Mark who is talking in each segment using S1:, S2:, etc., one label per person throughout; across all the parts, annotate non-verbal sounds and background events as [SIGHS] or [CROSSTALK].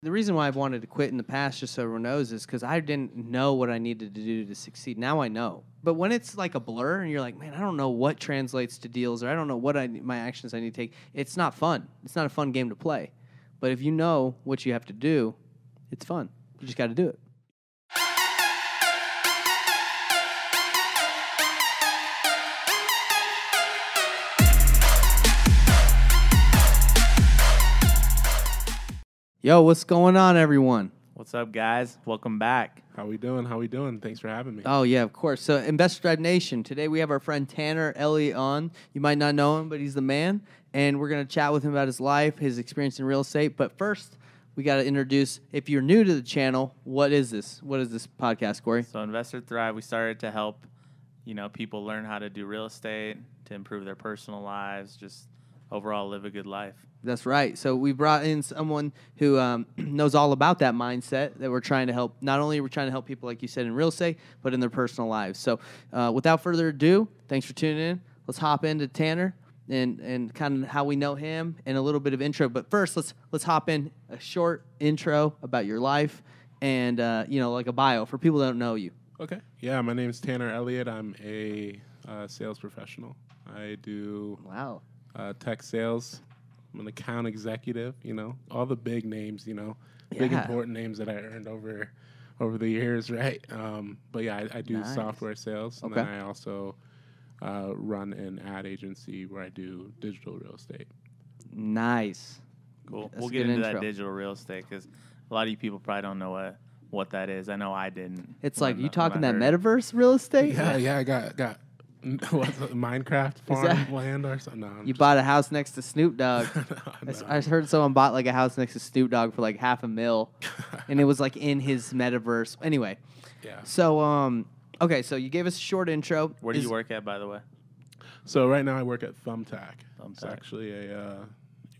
S1: The reason why I've wanted to quit in the past, just so everyone knows, is because I didn't know what I needed to do to succeed. Now I know. But when it's like a blur and you're like, man, I don't know what translates to deals or I don't know what I, my actions I need to take, it's not fun. It's not a fun game to play. But if you know what you have to do, it's fun. You just got to do it. Yo, what's going on, everyone?
S2: What's up, guys? Welcome back.
S3: How we doing? How we doing? Thanks for having me.
S1: Oh yeah, of course. So Investor Drive Nation. Today we have our friend Tanner Elliott on. You might not know him, but he's the man, and we're gonna chat with him about his life, his experience in real estate. But first, we gotta introduce. If you're new to the channel, what is this? What is this podcast, Corey?
S2: So, Investor Thrive, we started to help, you know, people learn how to do real estate, to improve their personal lives, just overall live a good life.
S1: That's right. So we brought in someone who um, [CLEARS THROAT] knows all about that mindset that we're trying to help. Not only we're trying to help people, like you said, in real estate, but in their personal lives. So uh, without further ado, thanks for tuning in. Let's hop into Tanner and and kind of how we know him and a little bit of intro. But first, let's let's hop in a short intro about your life and uh, you know like a bio for people that don't know you.
S3: Okay. Yeah, my name's Tanner Elliott. I'm a uh, sales professional. I do
S1: Wow.
S3: uh, tech sales. I'm an account executive. You know, all the big names. You know, big
S1: Yeah.
S3: important names that I earned over over the years, [LAUGHS] right? Um, but yeah, I, I do
S1: Nice.
S3: software sales, and
S1: Okay.
S3: then I also uh, run an ad agency where I do digital real estate.
S1: Nice.
S2: Cool.
S1: That's
S2: we'll
S1: a
S2: get
S1: good
S2: into
S1: intro.
S2: that digital real estate because a lot of you people probably don't know what what that is. I know I didn't.
S1: It's
S2: when
S1: like
S2: I-
S1: you
S2: when
S1: talking
S2: I
S1: that
S2: heard.
S1: metaverse real estate.
S3: Yeah, yeah, I got got [LAUGHS] what's it, Minecraft
S1: that-
S3: farm land or something. No, I'm
S1: You
S3: just-
S1: bought a house next to Snoop Dogg. I
S3: [LAUGHS] No,
S1: s- I heard someone bought like a house next to Snoop Dogg for like half a mil,
S3: [LAUGHS]
S1: and it was like in his metaverse. Anyway,
S3: yeah.
S1: so um, okay, so you gave us a short intro.
S2: Where do
S1: Is-
S2: you work at, by the way?
S3: So right now I work at Thumbtack. It's
S2: Thumbtack.
S3: actually a uh,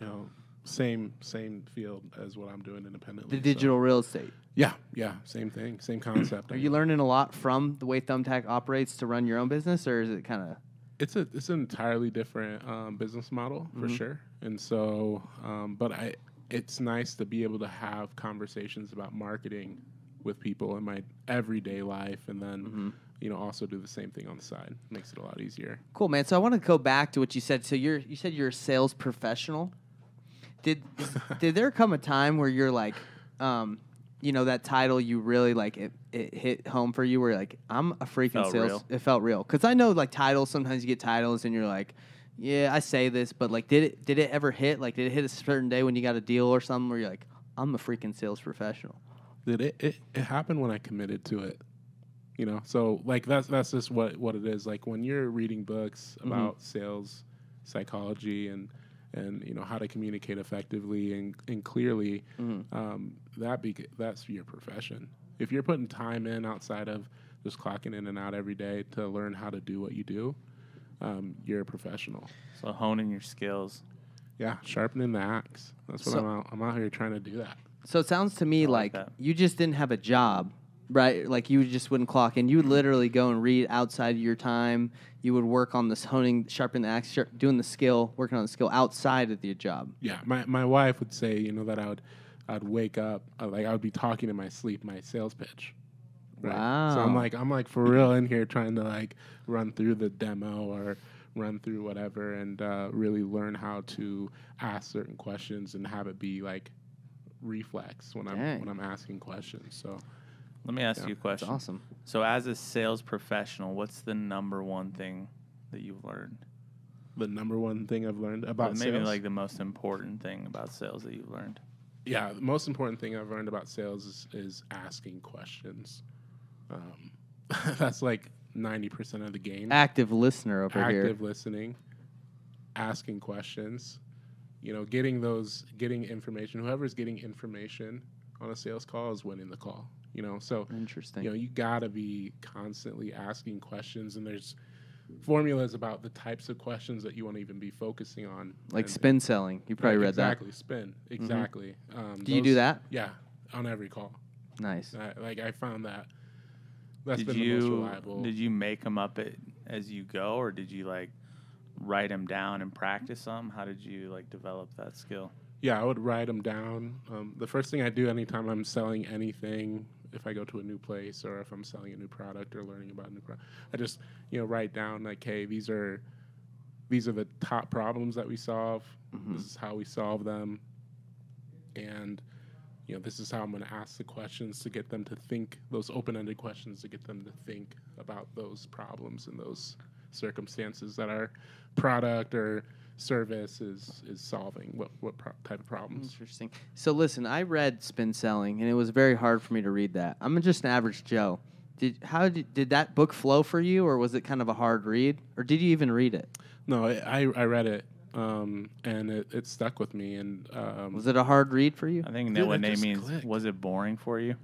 S3: you know same same field as what I'm doing independently.
S1: The
S3: so-
S1: digital real estate.
S3: Yeah, yeah, same thing, same concept. I
S1: Are you
S3: guess.
S1: learning a lot from the way Thumbtack operates to run your own business, or is it kind of
S3: it's a it's an entirely different um, business model for
S1: Mm-hmm.
S3: sure, and so um, but I it's nice to be able to have conversations about marketing with people in my everyday life, and then.
S1: Mm-hmm.
S3: You know, also do the same thing on the side. Makes it a lot easier.
S1: cool, man? So I want to go back to what you said. So you're you said you're a sales professional. Did did there come a time where you're like, um, you know, that title you really like it, it hit home for you where you're like I'm a freaking
S2: Felt
S1: sales.
S2: real.
S1: It felt real because I know like titles sometimes you get titles and you're like, yeah, I say this, but like, did it did it ever hit? Like, did it hit a certain day when you got a deal or something where you're like, I'm a freaking sales professional.
S3: that it, it, it happened when I committed to it. You know, so like that's that's just what what it is. Like when you're reading books about sales psychology and and you know how to communicate effectively and, and clearly, um, that be that's your profession. If you're putting time in outside of just clocking in and out every day to learn how to do what you do, um, you're a professional.
S2: So honing your skills.
S3: Yeah, sharpening the axe. That's what
S1: So-
S3: I'm out, I'm out here trying to do that.
S1: So it sounds to me like,
S2: like that.
S1: you just didn't have a job, right? Like you just wouldn't clock in. You would literally go and read outside of your time. You would work on this honing, sharpen the axe, sharp, doing the skill, working on the skill outside of your job.
S3: yeah my, my wife would say you know that i would i'd wake up uh, like i would be talking in my sleep my sales pitch so
S1: Wow.
S3: i'm like i'm like for real in here trying to like run through the demo or run through whatever and uh, really learn how to ask certain questions and have it be like reflex when
S1: Dang.
S3: i'm when i'm asking questions so
S2: Let me ask
S3: Yeah,
S2: you a
S1: That's
S2: question.
S1: awesome.
S2: So, as a sales professional, what's the number one thing that you've learned?
S3: the number one thing i've learned
S2: Or
S3: about
S2: maybe
S3: sales
S2: like the most important thing about sales that you've learned.
S3: yeah, the most important thing I've learned about sales is, is asking questions. Um, [LAUGHS] that's like 90% of the game.
S1: Active listener Ah, over here.
S3: Active listening, asking questions, you know, getting those, getting information. Whoever's getting information on a sales call is winning the call, you know. So,
S1: Interesting.
S3: you know, you gotta be constantly asking questions, and there's formulas about the types of questions that you want to even be focusing on.
S1: like
S3: and-
S1: spin selling. You probably read
S3: exactly, Spin. Exactly. Um,
S1: that. Do you do
S3: those-
S1: that?
S3: yeah, on every call.
S1: Nice.
S3: I, like I found that that's
S2: did
S3: been
S2: you
S3: the most reliable.
S2: did you make them up it, as you go, or did you like write them down and practice them? How did you like develop that skill?
S3: yeah, I would write them down. Um, the first thing I do anytime I'm selling anything, if I go to a new place or if I'm selling a new product or learning about a new product, I just you know write down like, hey, these are these are the top problems that we solve.
S1: Mm-hmm.
S3: This is how we solve them, and you know this is how I'm going to ask the questions to get them to think those open-ended questions to get them to think about those problems and those circumstances that our product or service is is solving. What what pro- type of problems?
S1: Interesting. So listen, I read Spin Selling, and it was very hard for me to read that. I'm just an average Joe. Did how did, did that book flow for you, or was it kind of a hard read, or did you even read it?
S3: No, I I I read it um, and it, it stuck with me. And um,
S1: Was it a hard read for you?
S2: I think
S3: Dude,
S2: that what
S3: that
S2: name
S3: just
S2: means
S3: clicked.
S2: was it boring for you?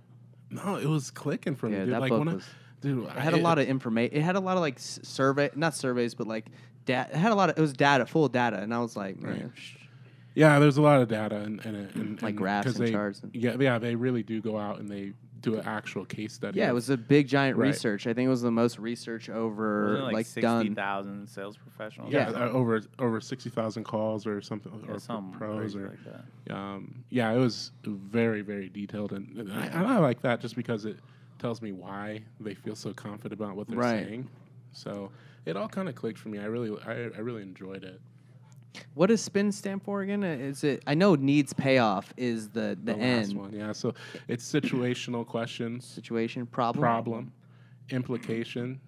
S3: no, it was clicking for me.
S1: Yeah,
S3: dude.
S1: that
S3: like
S1: book
S3: when
S1: was-
S3: I, dude,
S1: It had a lot of information. It had a lot of like s- survey, not surveys, but like data. It had a lot of it was data, full of data, and I was like, man,
S3: Right.
S1: sh-
S3: yeah. There's a lot of data and, and, and
S1: Like graphs
S3: 'cause
S1: and
S3: they-
S1: charts and-
S3: Yeah, yeah, they really do go out and they do an actual case study.
S1: yeah, it
S3: of-
S1: was a big giant
S3: Right.
S1: research. I think it was the most research over
S2: Wasn't it like, sixty
S1: done.
S2: thousand sales professionals.
S3: yeah,
S1: yeah.
S3: uh, over over sixty thousand calls or something
S2: or
S3: or
S2: some
S3: pros or
S2: like that.
S3: um, yeah, it was very, very detailed, and, and, I, and I like that just because it tells me why they feel so confident about what they're
S1: Right.
S3: saying. So it all kind of clicked for me. I really, I, I really enjoyed it.
S1: What does spin stand for again? Uh, Is it? I know needs payoff is the the,
S3: The, last
S1: end
S3: one, yeah. So it's situational questions,
S1: situation problem
S3: problem, implication.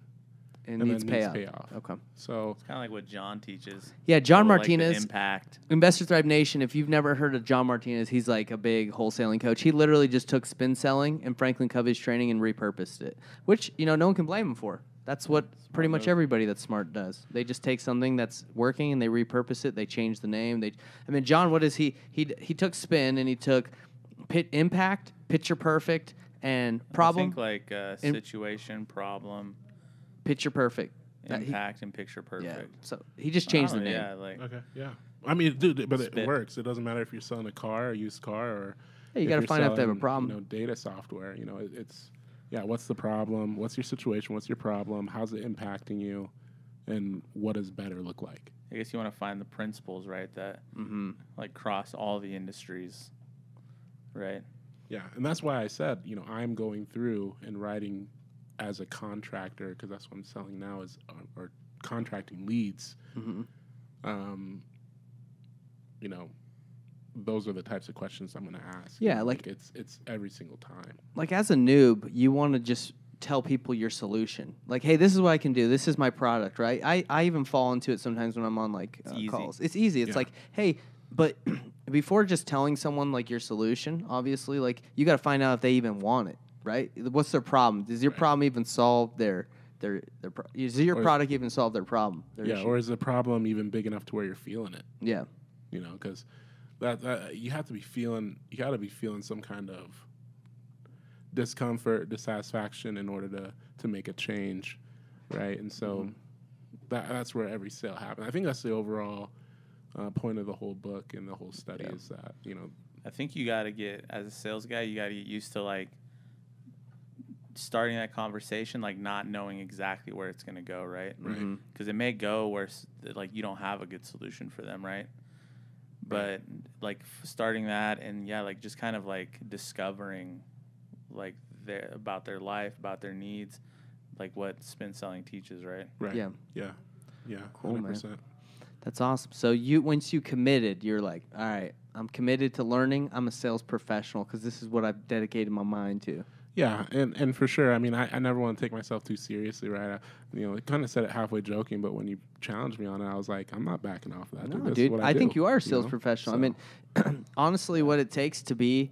S1: and,
S3: and
S1: needs,
S3: then needs
S1: payoff.
S3: payoff.
S1: Okay.
S3: So
S2: Kind of like what John teaches.
S1: Yeah, John
S2: People like the
S1: Martinez-
S2: impact.
S1: Investor Thrive Nation, if you've never heard of John Martinez, he's like a big wholesaling coach. He literally just took spin selling and Franklin Covey's training and repurposed it, which, you know, no one can blame him for. That's what pretty much everybody that's smart does. They just take something that's working and they repurpose it. They change the name. They, I mean, John, what is he? He he took spin and he took pit impact, picture perfect, and
S2: I
S1: problem,
S2: think like uh,
S1: In-
S2: situation, problem,
S1: picture perfect. That he-
S2: impact, and picture
S1: yeah.
S2: perfect.
S1: So he just changed the
S2: Oh,
S1: name.
S2: Yeah, like
S3: okay, yeah. I mean, dude, but
S2: Spit.
S3: it works. It doesn't matter if you're selling a car, a used car, or
S1: Yeah, you
S3: if
S1: gotta
S3: you're
S1: find out if they have a
S3: selling,
S1: problem.
S3: You know, data software. You know, it, it's yeah. What's the problem? What's your situation? What's your problem? How's it impacting you? And what does better look like?
S2: I guess you want to find the principles, right? That
S1: Mm-hmm.
S2: like cross all the industries, right?
S3: Yeah, and that's why I said you know I'm going through and writing as a contractor because that's what I'm selling now is uh, or, or contracting leads.
S1: Mm-hmm.
S3: Um, you know, those are the types of questions I'm going to ask.
S1: Yeah, like-
S3: it's it's every single time.
S1: like as a noob, you want to just tell people your solution. Like, hey, this is what I can do. This is my product, right? I, I even fall into it sometimes when I'm on like uh,
S2: easy.
S1: calls. It's easy. It's
S3: Yeah.
S1: like, hey, but [CLEARS THROAT] before just telling someone like your solution, obviously, like you got to find out if they even want it, right? What's their problem? Does your problem even solve their their their? Pro- does your
S3: Or-
S1: product even solve their problem? Their
S3: yeah,
S1: issue?
S3: or is the problem even big enough to where you're feeling it?
S1: yeah.
S3: you know because that, that you have to be feeling you got to be feeling some kind of discomfort dissatisfaction in order to to make a change right and so
S1: Mm-hmm.
S3: that that's where every sale happens i think that's the overall uh, point of the whole book and the whole study
S2: Yeah.
S3: is that you know
S2: I think you got to get as a sales guy, you got to get used to like starting that conversation, like not knowing exactly where it's gonna go, right?
S3: right
S1: Mhm.
S2: Because it may go where s- that, like you don't have a good solution for them, right? But like f- starting that and yeah, like just kind of like discovering like their about their life, about their needs, like what spin selling teaches, right?
S3: right
S1: Yeah.
S3: yeah yeah
S1: Cool, man.
S3: 100%
S1: That's awesome. So you once you committed, you're like, all right, I'm committed to learning. I'm a sales professional because this is what I've dedicated my mind to.
S3: Yeah, and, and for sure. I mean, I, I never want to take myself too seriously, right? I, you know, I kind of said it halfway joking, but when you challenged me on it, I was like, I'm not backing off of that.
S1: No,
S3: That's
S1: dude,
S3: what
S1: I, think
S3: do,
S1: you are a sales
S3: know?
S1: professional. I
S3: So-
S1: mean, [CLEARS THROAT] honestly, what it takes to be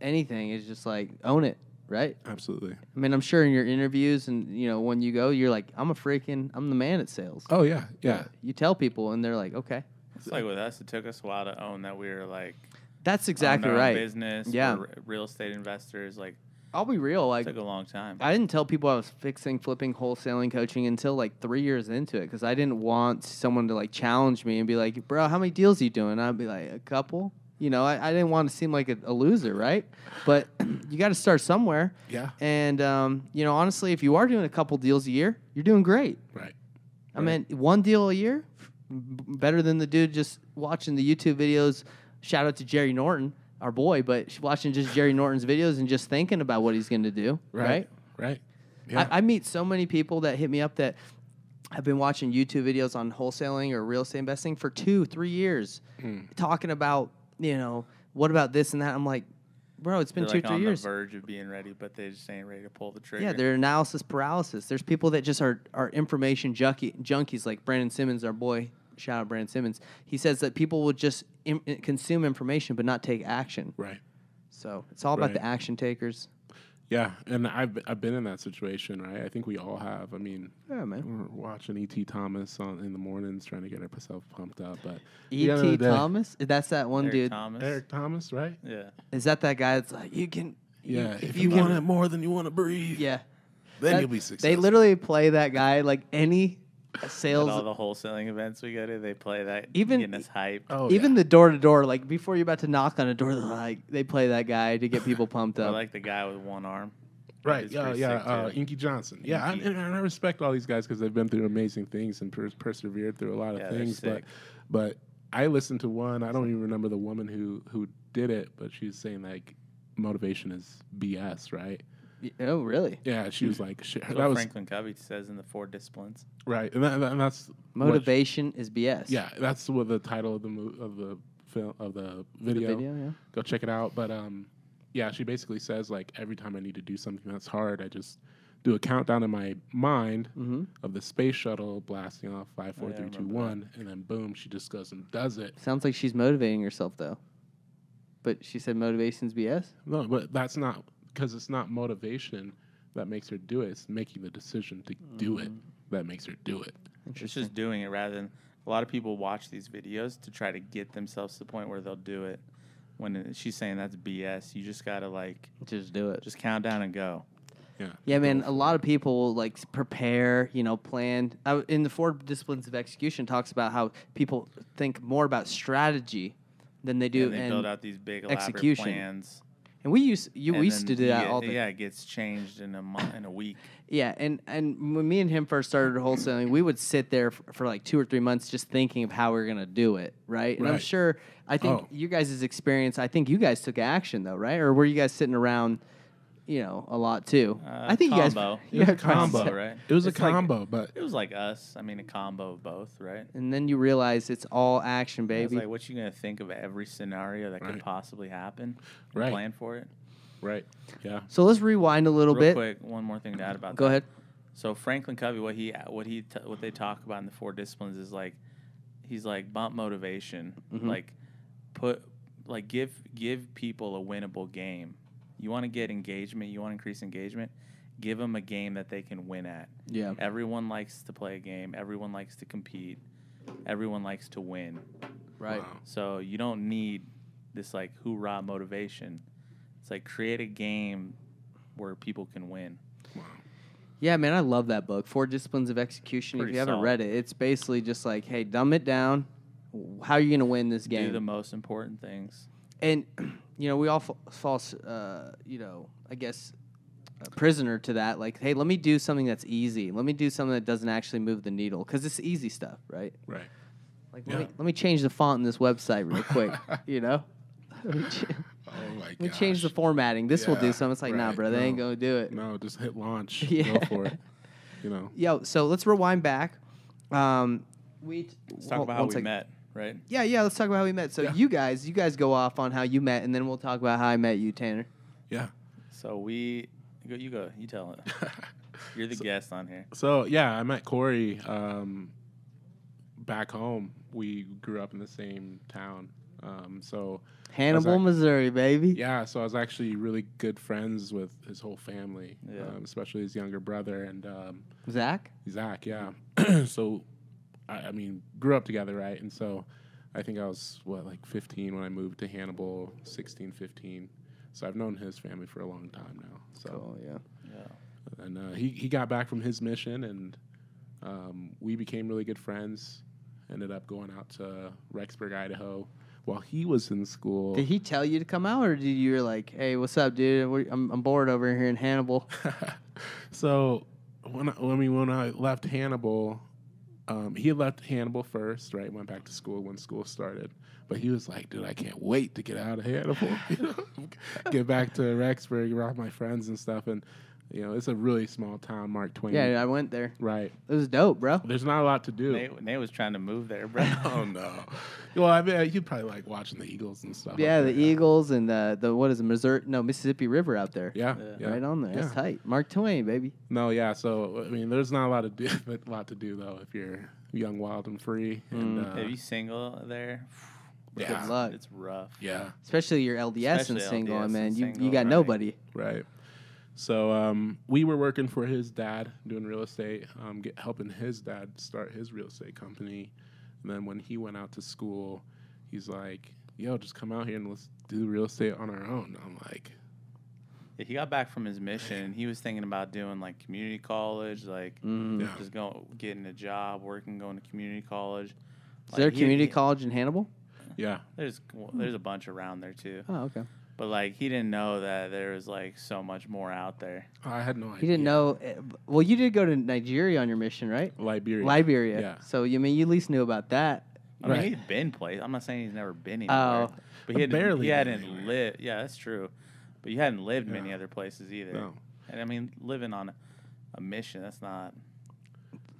S1: anything is just like own it, right?
S3: Absolutely.
S1: I mean, I'm sure in your interviews and you know when you go, you're like, I'm a freaking, I'm the man at sales.
S3: Oh yeah, yeah.
S1: You tell people, and they're like, okay,
S2: It's like with us, it took us a while to own that we were like
S1: that's exactly
S2: owned our
S1: right.
S2: own business,
S1: Yeah.
S2: we're r- real estate investors, like
S1: I'll be real,
S2: it
S1: like
S2: took a long time.
S1: I didn't tell people I was fixing, flipping, wholesaling, coaching until like three years into it because I didn't want someone to like challenge me and be like, bro, how many deals you doing? I'd be like, a couple. You know, I, I didn't want to seem like a, a loser, right? But [CLEARS THROAT] you got to start somewhere.
S3: Yeah.
S1: And, um, you know, honestly, if you are doing a couple deals a year, you're doing great.
S3: Right.
S1: I mean, one deal a year, b- better than the dude just watching the YouTube videos shout out to Jerry Norton, our boy, but watching just Jerry Norton's videos and just thinking about what he's going to do, right?
S3: Right. Yeah.
S1: I, I meet so many people that hit me up that have been watching YouTube videos on wholesaling or real estate investing for two, three years, talking about you know what about this and that. I'm like, bro, it's been
S2: They're
S1: two,
S2: like
S1: three
S2: on
S1: years.
S2: the verge of being ready, but they just ain't ready to pull the trigger.
S1: Yeah, they're analysis paralysis. There's people that just are are information junkie, junkies, like Brandon Simmons, our boy. Shout out Brandon Simmons. He says that people will just Im- consume information but not take action.
S3: right.
S1: So it's all about
S3: Right.
S1: the action takers.
S3: Yeah, and I've I've been in that situation, right? I think we all have. I mean,
S1: Yeah, man.
S3: we're watching E.T. Thomas on in the mornings, trying to get ourselves pumped up. But at the end of
S1: E.T.
S3: the day-
S1: E Thomas? That's that one
S2: Eric
S1: dude.
S2: Thomas.
S3: Eric Thomas, right?
S2: Yeah.
S1: Is that that guy that's like, you can. you-
S3: Yeah.
S1: E if, you, want to.
S3: more than you want to breathe,
S1: Yeah.
S3: then
S1: That-
S3: you'll be successful.
S1: They literally play that guy like any
S2: At all
S1: sales
S2: the wholesaling events we go to, they play that.
S1: Even-
S2: getting us hype.
S3: Oh,
S1: even the door to door, like before you're about to knock on a door, they're like they play that guy to get people pumped
S2: [LAUGHS] I
S1: up.
S2: like the guy with one arm.
S3: Right.
S2: It's
S3: Yeah.
S2: pretty
S3: Yeah.
S2: sick,
S3: Uh,
S2: too.
S3: Inky Johnson. Yeah. I,
S2: Inky.
S3: and I respect all these guys because they've been through amazing things and per- persevered through a lot of
S2: Yeah, they're
S3: things. But,
S2: sick.
S3: but I listened to one. I don't even remember the woman who who did it, but she was saying like motivation is BS, right?
S1: Y- oh, really?
S3: Yeah. She was like, shit,
S2: That's
S3: that
S2: what
S3: was
S2: Franklin Covey says in the Four Disciplines.
S3: right, and, that, and that's what-
S1: Motivation is BS.
S3: yeah, that's what the title of the mo- of the film of the
S1: The
S3: video.
S1: video, yeah.
S3: Go check it out. But um, yeah, she basically says like every time I need to do something that's hard, I just do a countdown in my mind
S1: Mm-hmm.
S3: of the space shuttle blasting off five, four,
S2: yeah, I
S3: three, two,
S2: remember
S3: one, and then boom, she just goes and does it.
S1: Sounds like she's motivating herself though. But she said motivation's BS.
S3: No, but that's not because it's not motivation that makes her do it. It's making the decision to do it that makes her do it.
S2: It's just doing it rather than a lot of people watch these videos to try to get themselves to the point where they'll do it. When it- she's saying that's BS, you just gotta like
S1: Just do it.
S2: just count down and go.
S3: Yeah.
S1: Yeah, man. A lot of people will like s- prepare, you know, plan. I w in the four disciplines of execution, talks about how people think more about strategy than they do, and,
S2: and they
S1: and,
S2: build out these big elaborate
S1: execution.
S2: plans.
S1: we used you
S2: and
S1: we used to
S2: then
S1: do
S2: you
S1: that
S2: get-
S1: all the
S2: Yeah, it gets changed in a month, in a week.
S1: Yeah, and and when me and him first started wholesaling, we would sit there for, for like two or three months just thinking of how we are gonna do it, right? And I'm
S3: Right.
S1: sure I think
S3: Oh.
S1: you guys' experience. I think you guys took action though, right? Or were you guys sitting around, you know, a lot too?
S2: Uh,
S1: I think [LAUGHS]
S2: combo. It
S1: you guys.
S3: was a
S1: you guys probably
S3: combo,
S1: sat-
S2: right?
S3: It was
S2: It's
S3: a
S2: like-
S3: combo, but
S2: It was like us. I mean, a combo of both, right?
S1: And then you realize it's all action,
S2: I was
S1: baby.
S2: like, what you gonna think of every scenario that could
S3: Right.
S2: possibly happen? and
S3: Right.
S2: Plan for it.
S3: right. Yeah.
S1: so let's rewind a little
S2: Real
S1: bit.
S2: quick, one more thing to add about.
S1: Go
S2: that.
S1: ahead.
S2: So Franklin Covey, what he what he t- what they talk about in the four disciplines is like he's like bump motivation,
S1: Mm-hmm.
S2: like put like give give people a winnable game. You want to get engagement, you want to increase engagement, give them a game that they can win at.
S1: Yeah.
S2: Everyone likes to play a game, everyone likes to compete, everyone likes to win.
S1: Right.
S3: Wow.
S2: So you don't need this like hoorah motivation. It's like create a game where people can win.
S3: Wow.
S1: Yeah, man, I love that book, Four Disciplines of Execution. if
S2: Pretty
S1: you haven't
S2: solid.
S1: read it, it's basically just like, hey, dumb it down. How are you gonna win this game?
S2: Do the most important things.
S1: and [CLEARS THROAT] you know we all fa- fall s- uh, you know i guess a prisoner to that like hey let me do something that's easy let me do something that doesn't actually move the needle because it's easy stuff right
S3: Right.
S1: like let,
S3: Yeah.
S1: me, let me change the font in this website real
S2: [LAUGHS]
S1: quick you know [LAUGHS] let me, ch-
S3: Oh my
S1: let me change the formatting this will do
S3: Yeah,
S1: something it's like nah
S3: right,
S1: bro they ain't
S3: no.
S1: gonna do it
S3: No, just hit launch.
S1: Yeah.
S3: Go for it. You know.
S1: yo so let's rewind back um we t-
S2: Let's talk
S1: hol-
S2: about
S1: one
S2: how we
S1: second.
S2: met, right?
S1: yeah yeah let's talk about how we met so
S3: Yeah.
S1: you guys you guys go off on how you met and then we'll talk about how i met you tanner
S3: Yeah.
S2: So we, you go, you, go, you tell
S3: [LAUGHS]
S2: it. You're the guest on here.
S3: So yeah, I met Corey um, back home. We grew up in the same town. Um, so
S1: hannibal
S3: like-
S1: missouri baby
S3: yeah, so I was actually really good friends with his whole family,
S2: Yeah.
S3: um, especially his younger brother and um,
S1: Zach?
S3: Zach. Yeah. [CLEARS THROAT] so I, I mean, grew up together, right? And so I think I was what like 15 when I moved to Hannibal, 16, 15. So I've known his family for a long time now. So.
S1: yeah.
S2: Yeah.
S3: and uh, he he got back from his mission, and um, we became really good friends. Ended up going out to Rexburg, Idaho, while he was in school.
S1: Did he tell you to come out, or did you were like, "Hey, what's up, dude? We- I'm, I'm bored over here in Hannibal."
S3: so when I, when we when I left Hannibal, um, he had left Hannibal first, right? Went back to school when school started. But he was like, dude, I can't wait to get out of Hannibal, [LAUGHS] you know? get back to Rexburg, around my friends and stuff. And, you know, it's a really small town, Mark Twain.
S1: Yeah, I went there.
S3: Right.
S1: It was dope, bro.
S3: There's not a lot to do.
S2: Nate, Nate was trying to move there, bro.
S3: [LAUGHS] Oh,
S2: [LAUGHS]
S3: no. Well, I mean, you probably like watching the Eagles and stuff. up
S1: Yeah, the
S3: there,
S1: Eagles and the the what is it, Missouri? No, Mississippi River out there.
S3: Yeah.
S2: Yeah.
S3: yeah.
S1: Right on there. That's
S3: Yeah.
S1: tight. Mark Twain, baby.
S3: No, yeah. So I mean, there's not a lot to do, [LAUGHS] but a lot to do though if you're young, wild, and free.
S1: Mm,
S3: And, uh,
S2: If you single there,
S3: Yeah.
S1: Good luck.
S2: it's rough.
S3: yeah,
S1: Especially your LDS and
S2: Especially
S1: single,
S2: LDS and
S1: man. You you
S2: single,
S1: got
S2: right.
S1: nobody.
S3: right. So um, we were working for his dad, doing real estate, um, get, helping his dad start his real estate company. And then when he went out to school, he's like, "Yo, just come out here and let's do real estate on our own." I'm like,
S2: Yeah, he got back from his mission. He was thinking about doing like community college, like
S1: Mm.
S3: Yeah.
S2: just going, getting a job, working, going to community college.
S1: Is there a
S2: Like, he-
S1: community
S2: he-
S1: college in Hannibal?
S3: "Yeah,
S2: There's well,
S1: Hmm.
S2: there's a bunch around there too,
S1: Oh, okay.
S2: but like he didn't know that there was like so much more out there.
S3: I had no idea."
S1: He didn't know. eh, b- Well, you did go to Nigeria on your mission, right?
S3: Liberia.
S1: Liberia.
S3: Yeah.
S1: So you mean you at least knew about that?
S2: I
S3: Right.
S2: mean, he's been places. I'm not saying he's never been anywhere,
S1: Oh.
S2: but he had
S3: Barely
S2: He
S3: been
S2: hadn't
S3: anywhere.
S2: lived. Yeah, that's true. But you hadn't lived
S3: Yeah.
S2: many other places either.
S3: No.
S2: And I mean, living on a mission that's not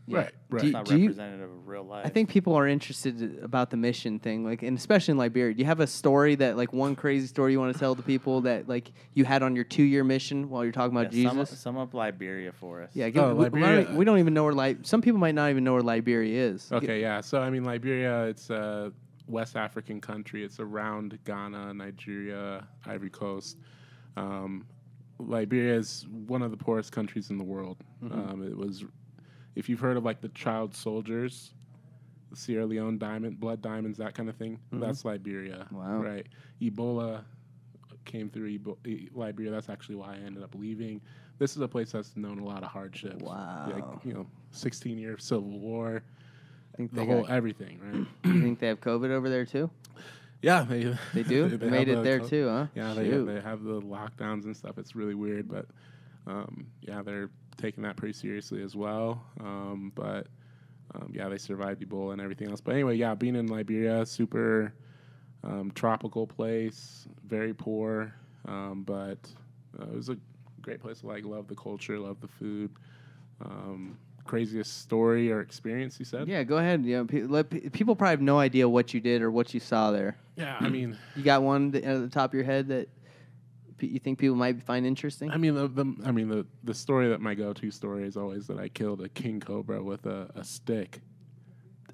S1: Yeah.
S3: Right. Right.
S1: Do-
S2: not
S1: you-
S2: representative of real life.
S1: I think people are interested about the mission thing, like, and especially in Liberia. Do you have a story that, like, one crazy story you want to tell the people that, like, you had on your two-year mission while you're talking about
S2: Yeah, Sum up,
S1: Jesus?
S2: sum up Liberia for us.
S1: yeah, give,
S3: Oh,
S1: we, we don't-
S3: Liberia.
S1: we don't even know where Li- Some people might not even know where Liberia is. Gi-
S3: Okay, yeah. So I mean, Liberia, it's a West African country. It's around Ghana, Nigeria, Ivory Coast. Um, Liberia is one of the poorest countries in the world.
S1: Mm-hmm.
S3: Um, it was, if you've heard of like the child soldiers, the Sierra Leone diamond, blood diamonds, that kind of thing. That's Liberia.
S1: Mm-hmm. Wow.
S3: Right. Ebola came through Ebo- E- Liberia. That's actually why I ended up leaving. This is a place that's known a lot of hardships.
S1: Wow.
S3: Like, you know, 16 year civil war
S1: think
S3: the
S1: they
S3: whole
S1: got-
S3: everything, right? [CLEARS THROAT]
S1: you think they have COVID over there too?
S3: yeah, they [LAUGHS]
S1: They do.
S3: they
S1: made it
S3: have the
S1: there
S3: co-
S1: too, huh?
S3: Yeah, they
S1: Shoot.
S3: they have the lockdowns and stuff. It's really weird, but um, yeah, they're taking that pretty seriously as well. Um, but um, yeah, they survived Ebola and everything else. But anyway, yeah, being in Liberia, super um, tropical place, very poor, um, but uh, it was a great place to like. Love the culture, love the food. Um, craziest story or experience you said?
S1: Yeah, go ahead. You know, pe- let, pe- people probably have no idea what you did or what you saw there.
S3: yeah I mean.
S1: You got one th- at the top of your head that pe- you think people might find interesting?
S3: I mean, the, the I mean the the story that my go to story is always that I killed a king cobra with a, a stick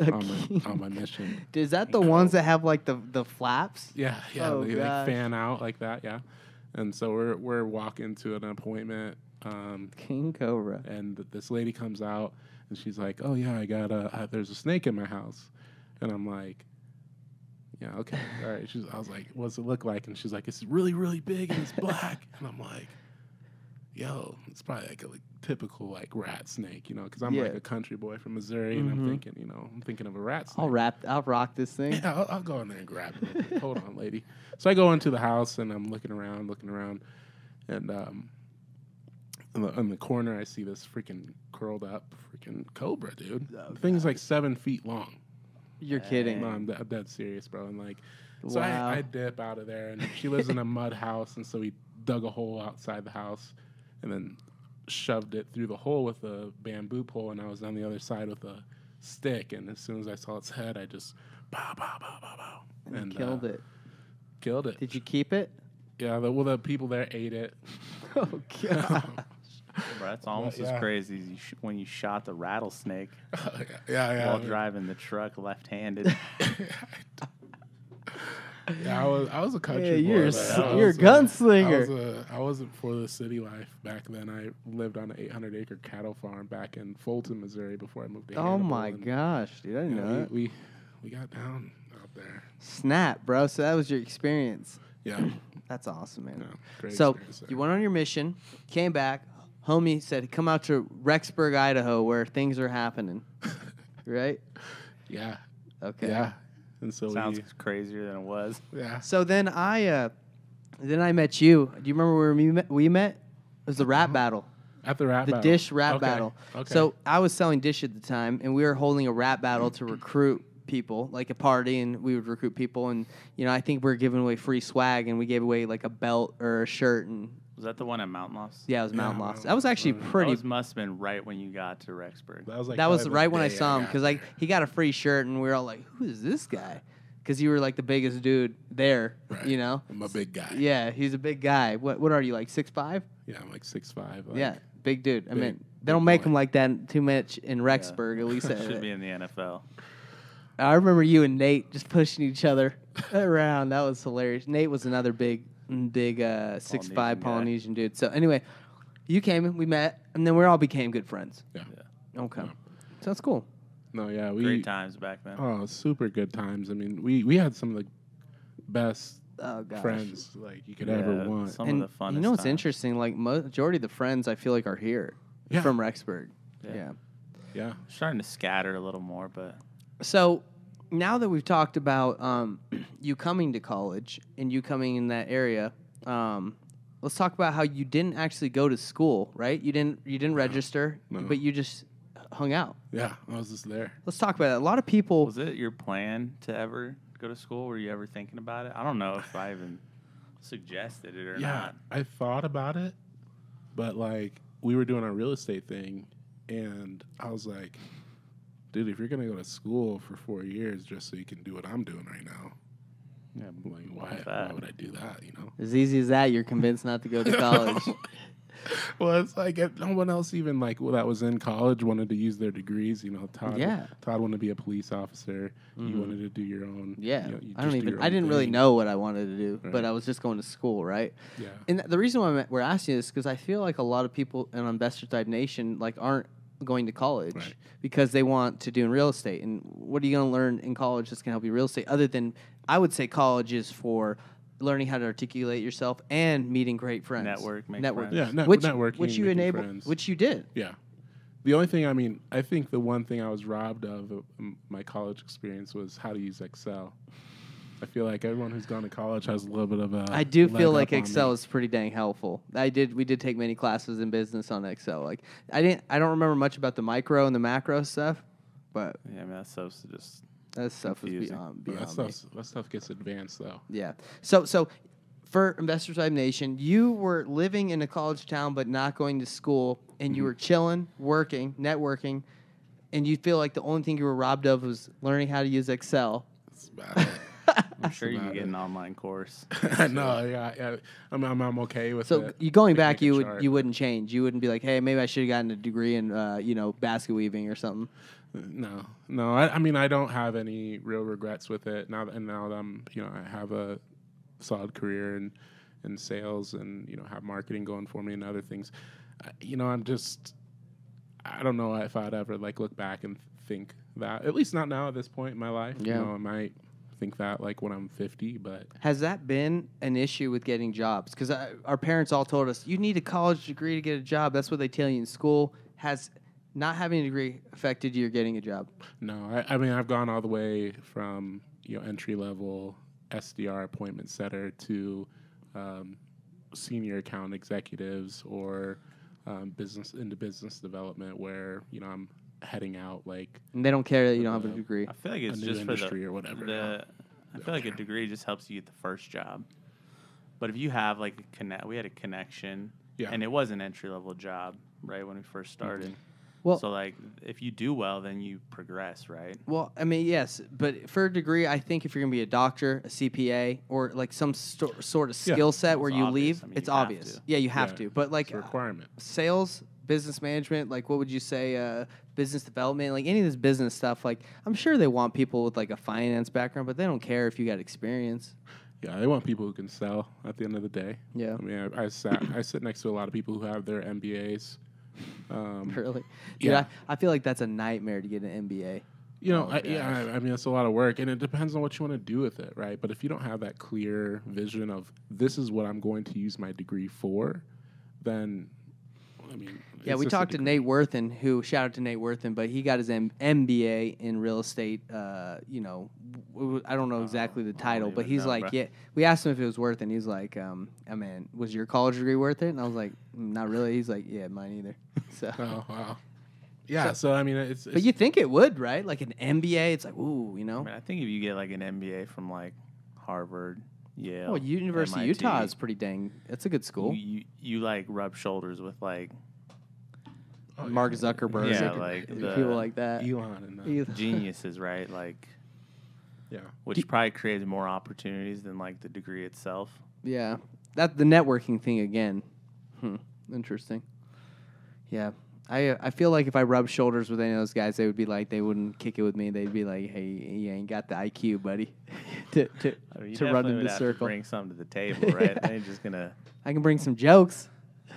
S3: on my on my
S1: [LAUGHS]
S3: mission.
S1: Is that the ones that have like the, the flaps?
S3: Yeah, yeah,
S1: Oh,
S3: they
S1: gosh.
S3: like fan out like that, yeah. And so we're we're walking to an appointment, um,
S1: King Cobra.
S3: and th- this lady comes out and she's like, "Oh yeah, I got a uh, there's a snake in my house," and I'm like. Yeah, okay. All right. She's I was like, what's it look like? And she's like, It's really, really big and it's black. and I'm like, yo, it's probably like a like, typical like rat snake, you know, because I'm like
S1: Yeah.
S3: a country boy from Missouri and I'm thinking, you know, I'm thinking of a rat snake.
S1: I'll wrap. I'll rock this thing.
S3: Yeah, I'll, I'll go in there and grab it. real quick. Hold on, lady. So I go into the house and I'm looking around, looking around, and um, in the, in the corner I see this freaking curled up freaking cobra, dude. The thing's like seven feet long.
S1: You're kidding.
S3: No, I'm, de- I'm dead serious, bro. And like, so
S1: Wow.
S3: I, I dip out of there, and she lives
S1: [LAUGHS]
S3: in a mud house, and so we dug a hole outside the house, and then shoved it through the hole with a bamboo pole, and I was on the other side with a stick, and as soon as I saw its head, I just bow, bow, bow, bow, bow, and,
S1: Killed
S3: uh,
S1: it.
S3: Killed it.
S1: Did you keep it?
S3: Yeah. The, well, the people there ate it.
S1: [LAUGHS] Oh god.
S2: Bro, that's almost
S3: yeah.
S2: as crazy as you sh- when you shot the rattlesnake
S3: [LAUGHS] yeah, yeah.
S2: while driving the
S1: [LAUGHS]
S2: truck left-handed.
S3: Yeah, I was I was a
S1: Yeah,
S3: country boy.
S1: you're a
S3: but
S1: s-
S3: I
S1: you're a
S3: was
S1: gunslinger.
S3: I, was a, I wasn't for the city life back then. I lived on an 800 acre cattle farm back in Fulton, Missouri, before I moved to.
S1: oh
S3: Hannibal,
S1: my
S3: and,
S1: gosh, dude! I
S3: you
S1: didn't know
S3: know,
S1: that.
S3: we, we we got down out there.
S1: Snap, bro. So that was your experience. [CLEARS THROAT]
S3: Yeah,
S1: That's awesome, man.
S3: no, great
S1: so
S3: experience there.
S1: you went on your mission, came back. Homie said, "Come out to Rexburg, Idaho, where things are
S3: [LAUGHS]
S1: happening." right?
S3: yeah,
S1: Okay.
S3: yeah, and so
S2: Sounds
S3: we
S2: crazier than it was.
S3: yeah
S1: So then I, uh, then I met you. Do you remember where we met? We met? It was the rap battle.
S3: At the rap
S1: the
S3: Uh-huh. battle.
S1: dish rap
S3: Okay,
S1: battle.
S3: okay.
S1: So I was selling dish at the time, and we were holding a rap battle to recruit people, like a party, and we would recruit people. And you know, I think we were giving away free swag, and we gave away like a belt or a shirt, and
S2: Was that the one at Mountain Lofts?
S1: yeah, it was
S3: Yeah,
S1: Mountain Lost.
S3: Mountain
S1: That was
S3: Loft,
S1: actually
S3: right.
S2: That
S1: pretty.
S2: was, must have been right when you got to Rexburg.
S3: that was like
S1: that was
S3: probably the
S1: right when I
S3: day
S1: saw him
S3: got
S1: because like he got a free shirt, and we were all like, "Who is this guy?" Because you were like the biggest dude there,
S3: Right.
S1: you know.
S3: I'm a big guy. Yeah,
S1: Yeah, he's a big guy. What what are you like six five?
S3: I'm like six five.
S1: yeah, big dude. I
S3: big-
S1: mean,
S3: big
S1: they don't make
S3: boy.
S1: him like that too much in Rexburg. At
S2: [LAUGHS]
S3: [LAUGHS]
S1: least
S2: Should
S1: uh,
S2: be in the NFL.
S1: I remember you and Nate just pushing each
S3: [LAUGHS]
S1: other around. That was hilarious. Nate was another big, big uh, six five
S2: Polynesian guy.
S1: Polynesian dude. So anyway, you came and we met, and then we all became good friends.
S3: Yeah.
S1: Okay. So that's cool.
S3: No, yeah, we
S2: Great times back then.
S3: Oh, super good times. I mean, we we had some of the best
S1: Oh gosh.
S3: friends like you could
S2: Yeah,
S3: ever want.
S2: Some
S1: And
S2: of the fun.
S1: you know what's interesting? Like majority of the friends I feel like are here
S3: Yeah.
S1: from Rexburg.
S2: Yeah.
S1: yeah.
S3: yeah,
S2: Starting to scatter a little more, but
S1: So now that we've talked about um, [CLEARS THROAT] you coming to college and you coming in that area, um, let's talk about how you didn't actually go to school, right? You didn't you didn't register,
S3: no.
S1: but you just hung out.
S3: yeah, I was just there.
S1: Let's talk about that. A lot of people.
S2: was it your plan to ever go to school? Were you ever thinking about it? I don't know if I even suggested it or
S3: yeah,
S2: not.
S3: I thought about it, but like we were doing our real estate thing, and I was like, dude, if you're gonna go to school for four years just so you can do what I'm doing right now,
S2: Yeah,
S3: I'm like why, why
S2: that.
S3: would I do that? You know.
S1: As easy as that, you're convinced not to go
S3: [LAUGHS]
S1: to college.
S3: well, it's like if no one else even like well, that was in college wanted to use their degrees. You know, Todd.
S1: Yeah. Mm-hmm.
S3: Todd wanted to be a police officer. You wanted to do your own.
S1: yeah,
S3: you know, you
S1: I don't
S3: just do
S1: even.
S3: your
S1: I
S3: own
S1: didn't really
S3: thing.
S1: know what I wanted to do, but
S3: Right.
S1: I was just going to school, right?
S3: Yeah.
S1: And th- the reason why I'm- we're asking this is because I feel like a lot of people in Investor Type Nation like aren't going to college
S3: Right.
S1: because they want to do in real estate. And what are you going to learn in college that's going to help you real estate? Other than I would say college is for learning how to articulate yourself and meeting great friends,
S2: Network, make
S1: network,
S2: friends.
S3: Yeah. Net-
S1: which
S3: networking.
S1: which you
S3: making
S1: enable,
S3: friends.
S1: which you did.
S3: Yeah. The only thing I mean, I think the one thing I was robbed of uh, m- my college experience was how to use Excel. I feel like everyone who's gone to college has a little bit of a.
S1: I do
S3: leg
S1: feel
S3: up
S1: like
S3: on me.
S1: Excel is pretty dang helpful. I did we did take many classes in business on Excel. Like I didn't I don't remember much about the micro and the macro stuff, but
S2: Yeah, I mean, that's so so just
S1: that stuff was
S2: Confusing.
S1: beyond
S3: But
S1: beyond
S3: that
S1: me.
S3: stuff. That stuff gets advanced though.
S1: Yeah. So so for Investor Tribe Nation, you were living in a college town but not going to school and
S3: Mm-hmm.
S1: you were chilling, working, networking, and you feel like the only thing you were robbed of was learning how to use Excel.
S3: That's about [LAUGHS] it.
S2: I'm sure you can
S3: about
S2: get
S3: it.
S2: an online
S3: [LAUGHS]
S2: course.
S3: no, yeah, yeah. I'm, I'm, I'm okay with
S1: So
S3: it.
S1: you going
S3: Like,
S1: back,
S3: make a
S1: you would
S3: chart.
S1: you wouldn't change. You wouldn't be like, hey, maybe I should have gotten a degree in uh, you know basket weaving or something.
S3: No, no. I, I mean, I don't have any real regrets with it now. that- And now that I'm, you know, I have a solid career in in sales, and you know, have marketing going for me and other things. I, you know, I'm just, I don't know if I'd ever like look back and think that. At least not now at this point in my life.
S1: Yeah.
S3: You know, I might think that like when I'm 50, but
S1: Has that been an issue with getting jobs? Because our parents all told us you need a college degree to get a job. That's what they tell you in school. Has not having a degree affected your getting a job?
S3: No, I, I mean I've gone all the way from you know entry level SDR appointment setter to um, senior account executives or um, business into business development, where you know I'm heading out like
S1: And they don't care that you don't have a degree.
S2: I feel like it's
S3: new
S2: just for
S3: industry
S2: the,
S3: or whatever
S2: The, I feel like a degree just helps you get the first job, but if you have like a connect, we had a connection,
S3: Yeah. Mm-hmm.
S2: and it was an entry level job right when we first started.
S1: Well-
S2: so like if you do well, then you progress, right?
S1: Well, I mean, yes, but for a degree, I think if you're going to be a doctor, a CPA, or like some sto- sort of
S3: Yeah.
S1: skill set where
S2: It's
S1: you
S2: obvious.
S1: leave,
S2: I mean,
S1: it's
S2: you have
S1: obvious.
S2: to.
S1: Yeah, you have
S3: Yeah.
S1: to. But like uh,
S3: it's a requirement.
S1: sales, business management, like what would you say, uh, business development, like any of this business stuff, like I'm sure they want people with like a finance background, but they don't care if you got experience. [LAUGHS]
S3: Yeah, they want people who can sell at the end of the day.
S1: Yeah.
S3: I mean, I, I sat I sit next to a lot of people who have their MBAs. Um,
S1: Really? Dude,
S3: Yeah.
S1: I, I feel like that's a nightmare to get an MBA.
S3: You know,
S1: Oh,
S3: I, yeah,
S1: gosh.
S3: I, I mean, it's a lot of work, and it depends on what you want to do with it, right? But if you don't have that clear vision of this is what I'm going to use my degree for, then I mean,
S1: Yeah,
S3: it's
S1: we
S3: just a
S1: talked to
S3: degree.
S1: Nate Worthen, who shout out to Nate Worthen, but he got his M- MBA in real estate. Uh, you know, w- w- I don't know exactly the
S2: don't
S1: title, but
S2: even
S1: he's
S2: know,
S1: like,
S2: bruh.
S1: yeah. We asked him if it was worth it, and he's like, um, I mean, was your college degree worth it? And I was like, "Mm, not really. He's like, yeah, mine either. [LAUGHS] So,
S3: Oh
S1: [LAUGHS]
S3: wow. Yeah. So, I mean, it's, it's
S1: but you think it would, right? Like an MBA, it's like, ooh, you
S2: I
S1: know.
S2: mean, I think if you get like an MBA from like Harvard, Yale,
S1: Well, University of
S2: MIT,
S1: Utah is pretty dang. It's a good
S2: you,
S1: school.
S2: you you like rub shoulders with
S1: [LAUGHS]
S2: like
S3: oh,
S1: Mark
S3: yeah.
S1: Zuckerberg, [LAUGHS]
S2: Yeah,
S1: Zucker-
S2: like the-
S1: people like that.
S3: Elon and uh,
S1: Elon.
S2: geniuses, right? Like
S3: yeah.
S2: which probably creates more opportunities than like the degree itself.
S1: Yeah, that the networking thing again. Hmm. Interesting. Yeah, I I feel like if I rubbed shoulders with any of those guys, they would be like they wouldn't kick it with me. They'd be like, "Hey, you ain't got the IQ, buddy." [LAUGHS] to to,
S2: I mean, you
S1: to run
S2: definitely
S1: in
S2: would
S1: the
S2: have
S1: circle.
S2: to bring something to the [LAUGHS] table, right?
S1: Yeah.
S2: They're just gonna,
S1: I can bring some jokes.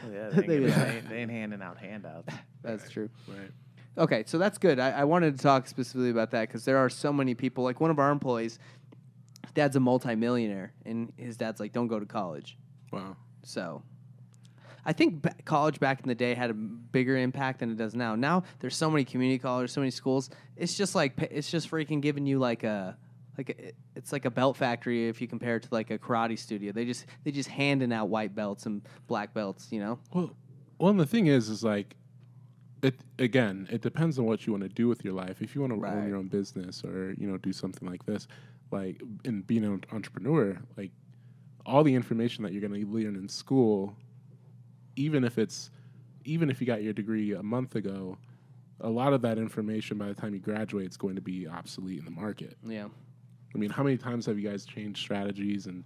S2: yeah, they, ain't
S1: They
S2: gonna-
S1: would-
S2: they ain't, they ain't handing out [LAUGHS] handouts.
S1: That's true.
S3: Right.
S1: Okay, so that's good. I, I wanted to talk specifically about that because there are so many people. Like one of our employees, his dad's a multimillionaire, and his dad's like, "Don't go to college."
S3: Wow.
S1: So I think ba- college back in the day had a m- bigger impact than it does now. Now there's so many community colleges, so many schools. It's just like pa- it's just freaking giving you like a like a, it's like a belt factory if you compare it to like a karate studio. They just they just handing out white belts and black belts, you know.
S3: Well, well, and the thing is, is like, it again. It depends on what you want to do with your life. If you want to
S1: Right.
S3: own your own business or you know do something like this, like in being an entrepreneur, like all the information that you're going to learn in school, even if it's even if you got your degree a month ago, a lot of that information by the time you graduate is going to be obsolete in the market.
S1: Yeah.
S3: I mean, how many times have you guys changed strategies and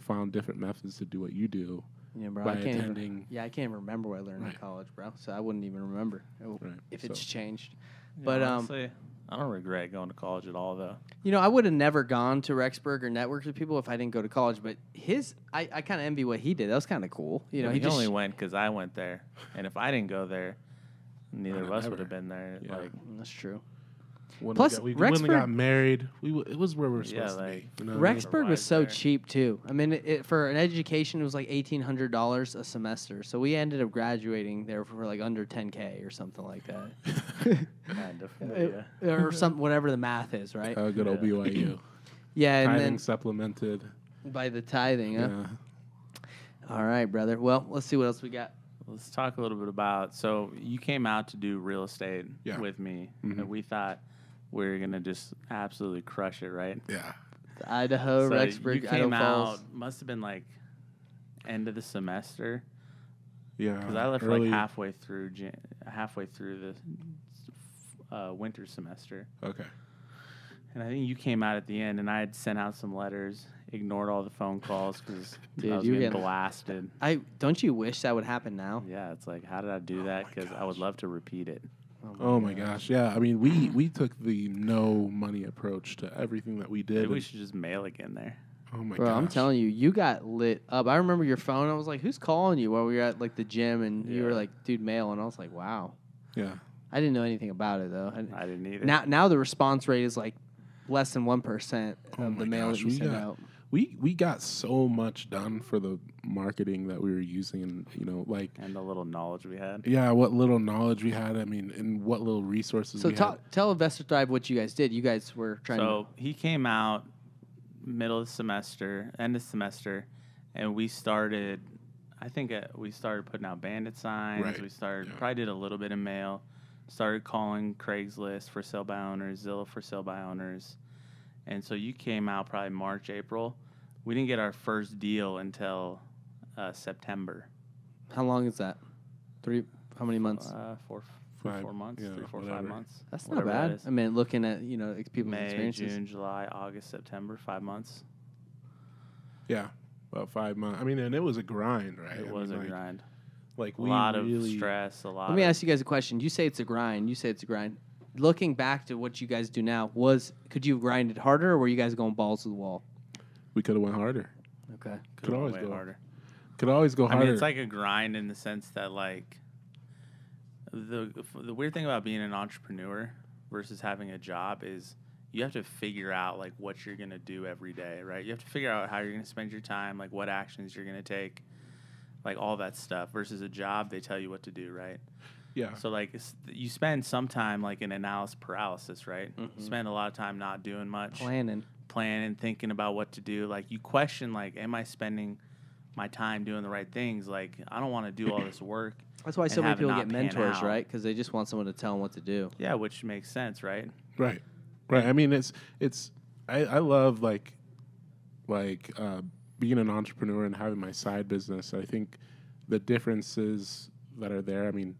S3: found different methods to do what you do?
S1: Yeah, bro.
S3: By
S1: I can't even,
S3: attending-
S1: yeah, I can't remember what I learned in
S3: Right.
S1: college, bro. So I wouldn't even remember uh,
S3: Right.
S1: if
S3: So-
S1: it's changed.
S2: Yeah,
S1: But, um,
S2: honestly, I don't regret going to college at all, though.
S1: You know, I would have never gone to Rexburg or networked with people if I didn't go to college. But his, I, I kind of envy what he did. That was kind of cool. You know,
S2: he,
S1: he just
S2: only went because I went there, and if I didn't go there, neither of
S3: I'd
S2: us
S3: never.
S2: would have been there.
S3: Yeah.
S2: [LAUGHS] Like,
S1: That's true.
S3: When
S1: Plus,
S3: we got, we, when we
S1: Rexburg-
S3: got married, we w- it was where we were
S2: Yeah,
S3: supposed
S2: like-
S3: to be. You know what I mean?
S1: Rexburg was
S2: Otherwise
S1: so
S2: there.
S1: cheap too. I mean, it, it, for an education, it was like eighteen hundred dollars a semester. So we ended up graduating there for like under ten k or something like
S2: [LAUGHS]
S1: that,
S2: kind of, yeah.
S1: It- or some whatever the math is, right?
S3: [LAUGHS] Uh, good old
S2: Yeah.
S3: BYU.
S1: yeah, [CLEARS THROAT] and
S3: Tithing supplemented.
S1: then by the tithing. Huh?
S3: Yeah.
S1: All right, brother. Well, let's see what else we got.
S2: Let's talk a little bit about. So you came out to do real estate
S3: Yeah.
S2: with me,
S3: Mhm.
S2: and we thought we were gonna just absolutely crush it, right?
S3: Yeah.
S1: The Idaho,
S2: so
S1: Rexburg,
S2: you
S1: Idaho
S2: came
S1: Falls.
S2: out. Must have been like end of the semester
S3: Yeah.
S2: because I left
S3: Um, Early-
S2: like halfway through Jan- halfway through the uh, winter semester,
S3: Okay.
S2: and I think you came out at the end, and I had sent out some letters, ignored all the phone calls because
S1: Dude,
S2: I was
S1: you were
S2: getting
S1: getting-
S2: blasted.
S1: I don't you wish that would happen now?
S2: Yeah, it's like how did I do
S3: Oh
S2: that?
S3: my
S2: 'Cause that? Because I would
S3: gosh.
S2: love to repeat it.
S3: Oh my gosh. Yeah. I mean, we we took the no money approach to everything that we did.
S2: Maybe we
S3: and-
S2: should just mail again there.
S3: oh my
S1: Bro,
S3: gosh.
S1: I'm telling you, you got lit up. I remember your phone. I was like, "Who's calling you?" While we were at like the gym, and you were
S2: Yeah.
S1: like, "Dude, mail," and I was like, "Wow."
S3: Yeah.
S1: I didn't know anything about it though. I,
S2: I didn't either.
S1: now, now the response rate is like less than one percent
S3: Oh
S1: of the
S3: my
S1: mail
S3: gosh,
S1: that you
S3: we
S1: send
S3: got-
S1: out.
S3: We we got so much done for the marketing that we were using, and you know, like.
S2: and the little knowledge we had.
S3: Yeah, what little knowledge we had. I mean, and what little resources
S1: So
S3: we
S1: talk, tell Investor Thrive what you guys did. You guys were trying
S2: So he came out middle of semester, end of semester, and we started. I think uh, we started putting out bandit signs.
S3: Right,
S2: We started
S3: yeah.
S2: probably did a little bit of mail. Started calling Craigslist for sale by owners, Zillow for sale by owners, and so you came out probably March, April. We didn't get our first deal until uh, September.
S1: to. How long is that? Three? How many months?
S2: Uh, four,
S3: Five,
S2: five, four months,
S3: yeah,
S2: three, four, five
S3: whatever.
S2: months.
S1: That's not
S2: whatever that
S1: bad.
S2: is.
S1: I mean, looking at you know ex- people's
S2: May,
S1: experiences.
S2: June, July, August, September, five months.
S3: Yeah, about five months. I mean, and it was a grind, right? I
S2: It
S3: mean,
S2: was a
S3: like-
S2: grind.
S3: Like
S2: A
S3: we
S2: lot
S3: really,
S2: of stress, a lot
S1: Let me
S2: of
S1: ask you guys a question. You say it's a grind. You say it's a grind. Looking back to what you guys do now, was could you have grinded harder, or were you guys going balls to the wall?
S3: We could have went harder.
S1: Okay.
S3: Could
S2: go
S3: always
S2: way
S3: go
S2: harder.
S3: Could always go
S2: I
S3: harder.
S2: mean, it's like a grind in the sense that like the the weird thing about being an entrepreneur versus having a job is you have to figure out like what you're gonna do every day, right? You have to figure out how you're gonna spend your time, like what actions you're gonna take. like all that stuff versus a job they tell you what to do right
S3: Yeah.
S2: so like it's, you spend some time like in analysis paralysis right
S3: Mm-hmm.
S2: you spend a lot of time not doing much
S1: planning.
S2: planning, thinking about what to do. Like you question, like, am I spending my time doing the right things? Like I don't want to do all this work.
S1: [CLEARS THROAT] That's why
S2: and
S1: so many
S2: have it
S1: people
S2: not
S1: get
S2: pan
S1: mentors,
S2: out.
S1: right? Because they just want someone to tell them what to do.
S2: Yeah, which makes sense, right?
S3: Right. Right. I mean, it's it's I, I love like like uh, being an entrepreneur and having my side business. I think the differences that are there. I mean,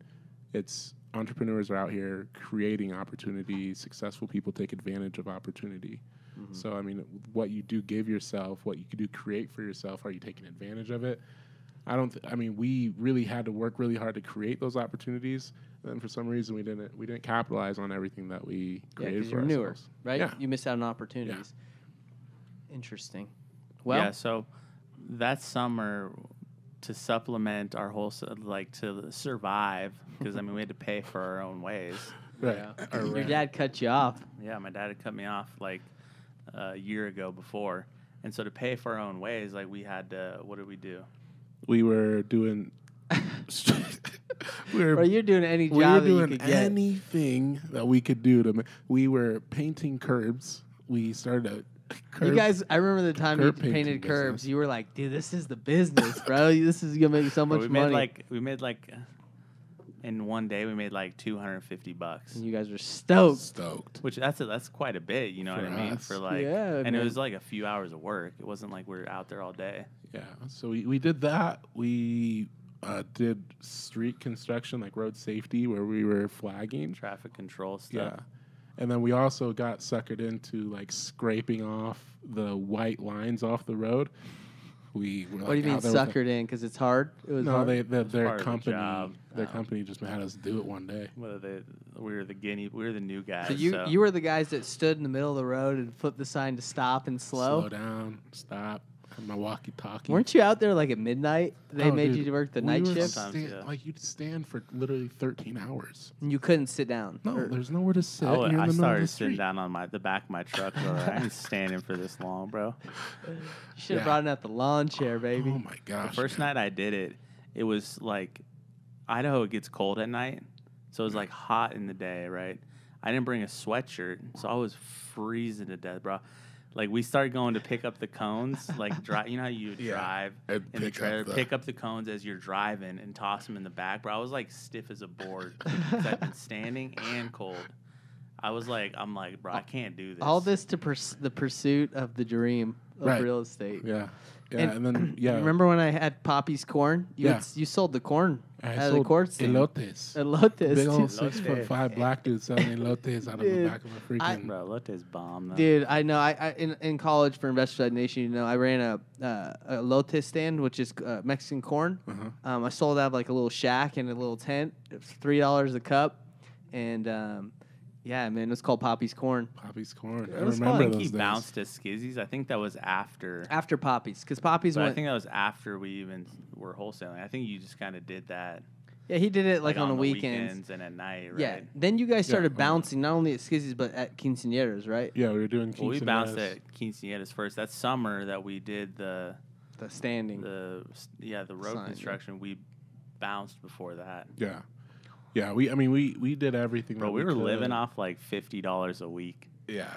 S3: it's entrepreneurs are out here creating opportunity. Successful people take advantage of opportunity.
S1: Mm-hmm.
S3: So I mean, what you do give yourself, what you do create for yourself, are you taking advantage of it? I don't. Th- I mean, we really had to work really hard to create those opportunities, and for some reason, we didn't. We didn't capitalize on everything that we
S1: Yeah,
S3: created
S1: because
S3: for
S1: you're newer,
S3: ourselves.
S1: right?
S3: Yeah.
S1: You miss out on opportunities. Interesting. Well,
S2: yeah. So that summer, to supplement our whole s- like to survive, because I mean we had to pay for our own ways.
S3: Right.
S1: Yeah.
S3: Or
S1: your
S3: rent.
S1: dad cut you off.
S2: Yeah, my dad had cut me off like a year ago before, and so to pay for our own ways, like we had to. What did we do?
S3: We
S1: [LAUGHS]
S3: were doing. we were.
S1: Bro, you're doing any
S3: we were
S1: job that you
S3: doing
S1: could get.
S3: anything that we could do to. ma- We were painting curbs. We started a curb.
S1: You guys, I remember the time you
S3: curb painting
S1: painted curbs.
S3: business.
S1: You were like, "Dude, this is the business, bro. this is gonna make so
S2: Bro,
S1: much
S2: we
S1: money."
S2: made like we made like in one day we made like 250 bucks
S1: and you guys were stoked.
S3: stoked.
S2: which that's a, that's quite a bit you know
S3: For
S2: what i mean
S3: us.
S2: for like
S1: Yeah, I
S2: and it
S1: mean-
S2: was like a few hours of work it wasn't like we were out there all day
S3: Yeah. So we, we did that. We uh, did street construction, like road safety, where we were flagging.
S2: traffic control
S3: Yeah.
S2: stuff
S3: And then we also got suckered into like scraping off the white lines off the road. We were like, "Ah,
S1: What do you mean
S3: out there with
S1: suckered in? Because it's hard. It
S3: a-
S1: was
S3: No,
S1: hard.
S3: they, the, their
S2: part of the
S3: company,
S2: job.
S3: their
S2: Oh.
S3: company just had us do it one day.
S2: whether they we were the guinea we were the new guys
S1: so you you were the guys that stood in the middle of the road and flipped the sign to stop and slow.
S3: Slow down, stop. Had my walkie-talkie.
S1: Weren't you out there like at midnight? They
S3: Oh,
S1: made
S3: dude,
S1: you work the
S3: we
S1: night
S3: were
S1: shift,
S2: Sometimes,
S3: stand-
S2: yeah.
S3: Like you'd stand for literally 13 hours.
S1: and you couldn't sit down.
S3: No,
S1: Or-
S3: there's nowhere to sit.
S2: Oh,
S3: You're in the
S2: I
S3: middle of the
S2: started
S3: street.
S2: sitting down on my the back of my truck. Bro. I [LAUGHS] ain't standing for this long, bro.
S1: you should have
S3: yeah.
S1: brought out the lawn chair, baby.
S3: Oh my gosh!
S2: The first night I did it, it was like Idaho. It gets cold at night, so it was like hot in the day, right? I didn't bring a sweatshirt, so I was freezing to death, bro. Like we started going to pick up the cones, like drive. You know how you
S3: [LAUGHS] Yeah.
S2: drive
S3: And
S2: in the
S3: pick up
S2: trailer,
S3: the-
S2: pick up the cones as you're driving and toss them in the back, bro. I was like stiff as a board. 'cause I've been standing and cold. I was like, I'm like, bro, I can't do this.
S1: All this to pers- the pursuit of the dream of
S3: Right.
S1: real estate.
S3: Yeah, yeah, and, then
S1: [CLEARS THROAT]
S3: yeah.
S1: Remember when I had Poppy's corn? You
S3: Yeah.
S1: would, you sold the corn
S3: I
S1: out of the
S3: sold
S1: corn stand.
S3: elotes.
S1: Elotes,
S3: Big
S1: dude.
S3: old six
S2: [LAUGHS]
S3: foot
S2: Elotes.
S3: five black dude selling elotes out of the
S1: Dude,
S3: back of a
S1: I-
S3: freaking.
S2: bro. Looked as bomb. Though.
S1: Dude, I know. I, I in, in college for Investor Side Nation, you know, I ran a uh, a elote stand, which is uh, Mexican corn.
S3: Uh-huh.
S1: Um, I sold out of like a little shack and a little tent. It was three dollars a cup, and um, yeah, man, it's called Poppy's corn.
S3: Poppy's corn. I
S1: It was
S3: remember
S1: fun.
S3: those
S2: he
S3: days.
S2: bounced at Skizzy's. I think that was after.
S1: After Poppy's, because Poppy's
S2: But I
S1: went.
S2: think that was after we even were wholesaling. I think you just kind of did that
S1: yeah, he did it like, on, the
S2: the
S1: weekends.
S2: and at night, right?
S1: Yeah. Then you guys
S3: Yeah,
S1: started
S3: on the-
S1: bouncing not only at Skizzy's but at Quinceañeras, right?
S3: Yeah, we were doing.
S2: Well, we bounced
S3: quinceañeras.
S2: at Quinceañeras first. That summer that we did the
S1: The standing.
S2: the yeah the road
S1: Sign, yeah.
S2: construction, we bounced before that.
S3: Yeah, yeah. We. I mean, we we did everything.
S2: Bro,
S3: that
S2: we were
S3: could.
S2: living off like fifty dollars a week. [SIGHS]
S3: Yeah.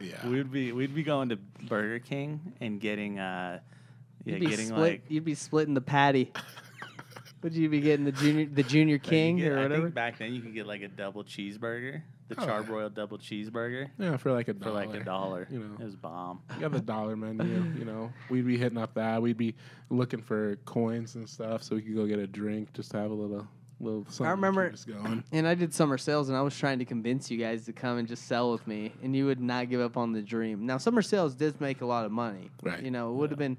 S3: Yeah.
S2: We'd be we'd be going to Burger King and getting uh yeah
S1: you'd be
S2: getting
S1: split,
S2: like
S1: You'd be splitting the
S2: [LAUGHS]
S1: patty. Would you be getting the junior the junior
S2: like, you
S1: king
S2: get-
S1: or
S2: I think
S1: whatever?
S2: back then you could get like a double cheeseburger, the
S3: Oh, yeah.
S2: charbroiled double cheeseburger
S3: yeah, for like a
S2: for
S3: dollar.
S2: like a dollar.
S3: you know.
S2: it was bomb.
S3: You got the dollar menu, you know. We'd be hitting up that. We'd be looking for coins and stuff so we could go get a drink, just to have a little, little. Something to
S1: remember-
S3: keep
S2: [LAUGHS]
S3: us going.
S1: And I did summer sales, and I was trying to convince you guys to come and just sell with me, and you would not give up on the dream. Now, summer sales did make a lot of money.
S3: Right.
S1: You know, it would have been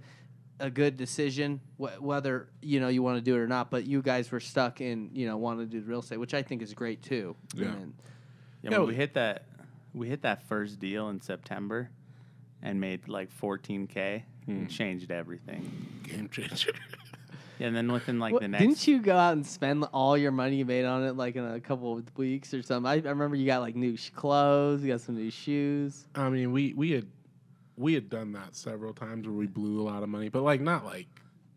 S1: a good decision wh- whether you know you want to do it or not. But you guys were stuck in you know wanting to do real estate, which I think is great too.
S3: Yeah.
S1: And
S2: Yeah,
S3: Yeah,
S2: when
S3: we-
S2: we hit that we hit that first deal in September and made like 14k
S1: Hmm.
S2: and changed everything.
S3: Game changer.
S2: Yeah, and then within like
S1: What-
S2: the next
S1: Didn't you go out and spend all your money you made on it like in a couple of weeks or something? I, I remember you got like new sh- clothes, you got some new shoes.
S3: I mean, we we had we had done that several times where we blew a lot of money, but like not like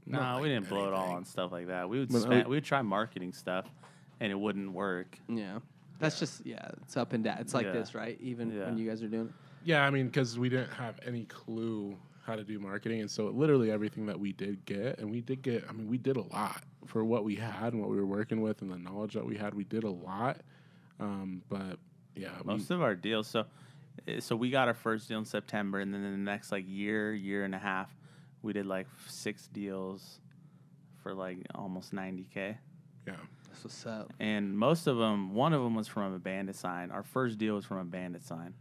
S2: No,
S3: Not
S2: we
S3: like
S2: didn't blow it all
S3: anything.
S2: on stuff like that. We would
S3: But I
S2: spend,
S1: oh.
S3: would-
S2: we would try marketing stuff, and it wouldn't work.
S1: Yeah. That's just yeah. It's up and down. It's like
S2: Yeah.
S1: this, right? Even
S2: Yeah.
S1: when you guys are doing it.
S3: Yeah, I mean, because we didn't have any clue how to do marketing, and so literally everything that we did get, and we did get, I mean, we did a lot for what we had and what we were working with, and the knowledge that we had. We did a lot, um, but yeah, we,
S1: Mm.
S2: Most of our deals. So, eh, so we got our first deal in September, and then in the next like year, year and a half, we did like six deals for like almost ninety k.
S3: yeah,
S1: That's what's up.
S2: and most of them, one of them was from a bandit sign. Our first deal was from a bandit sign,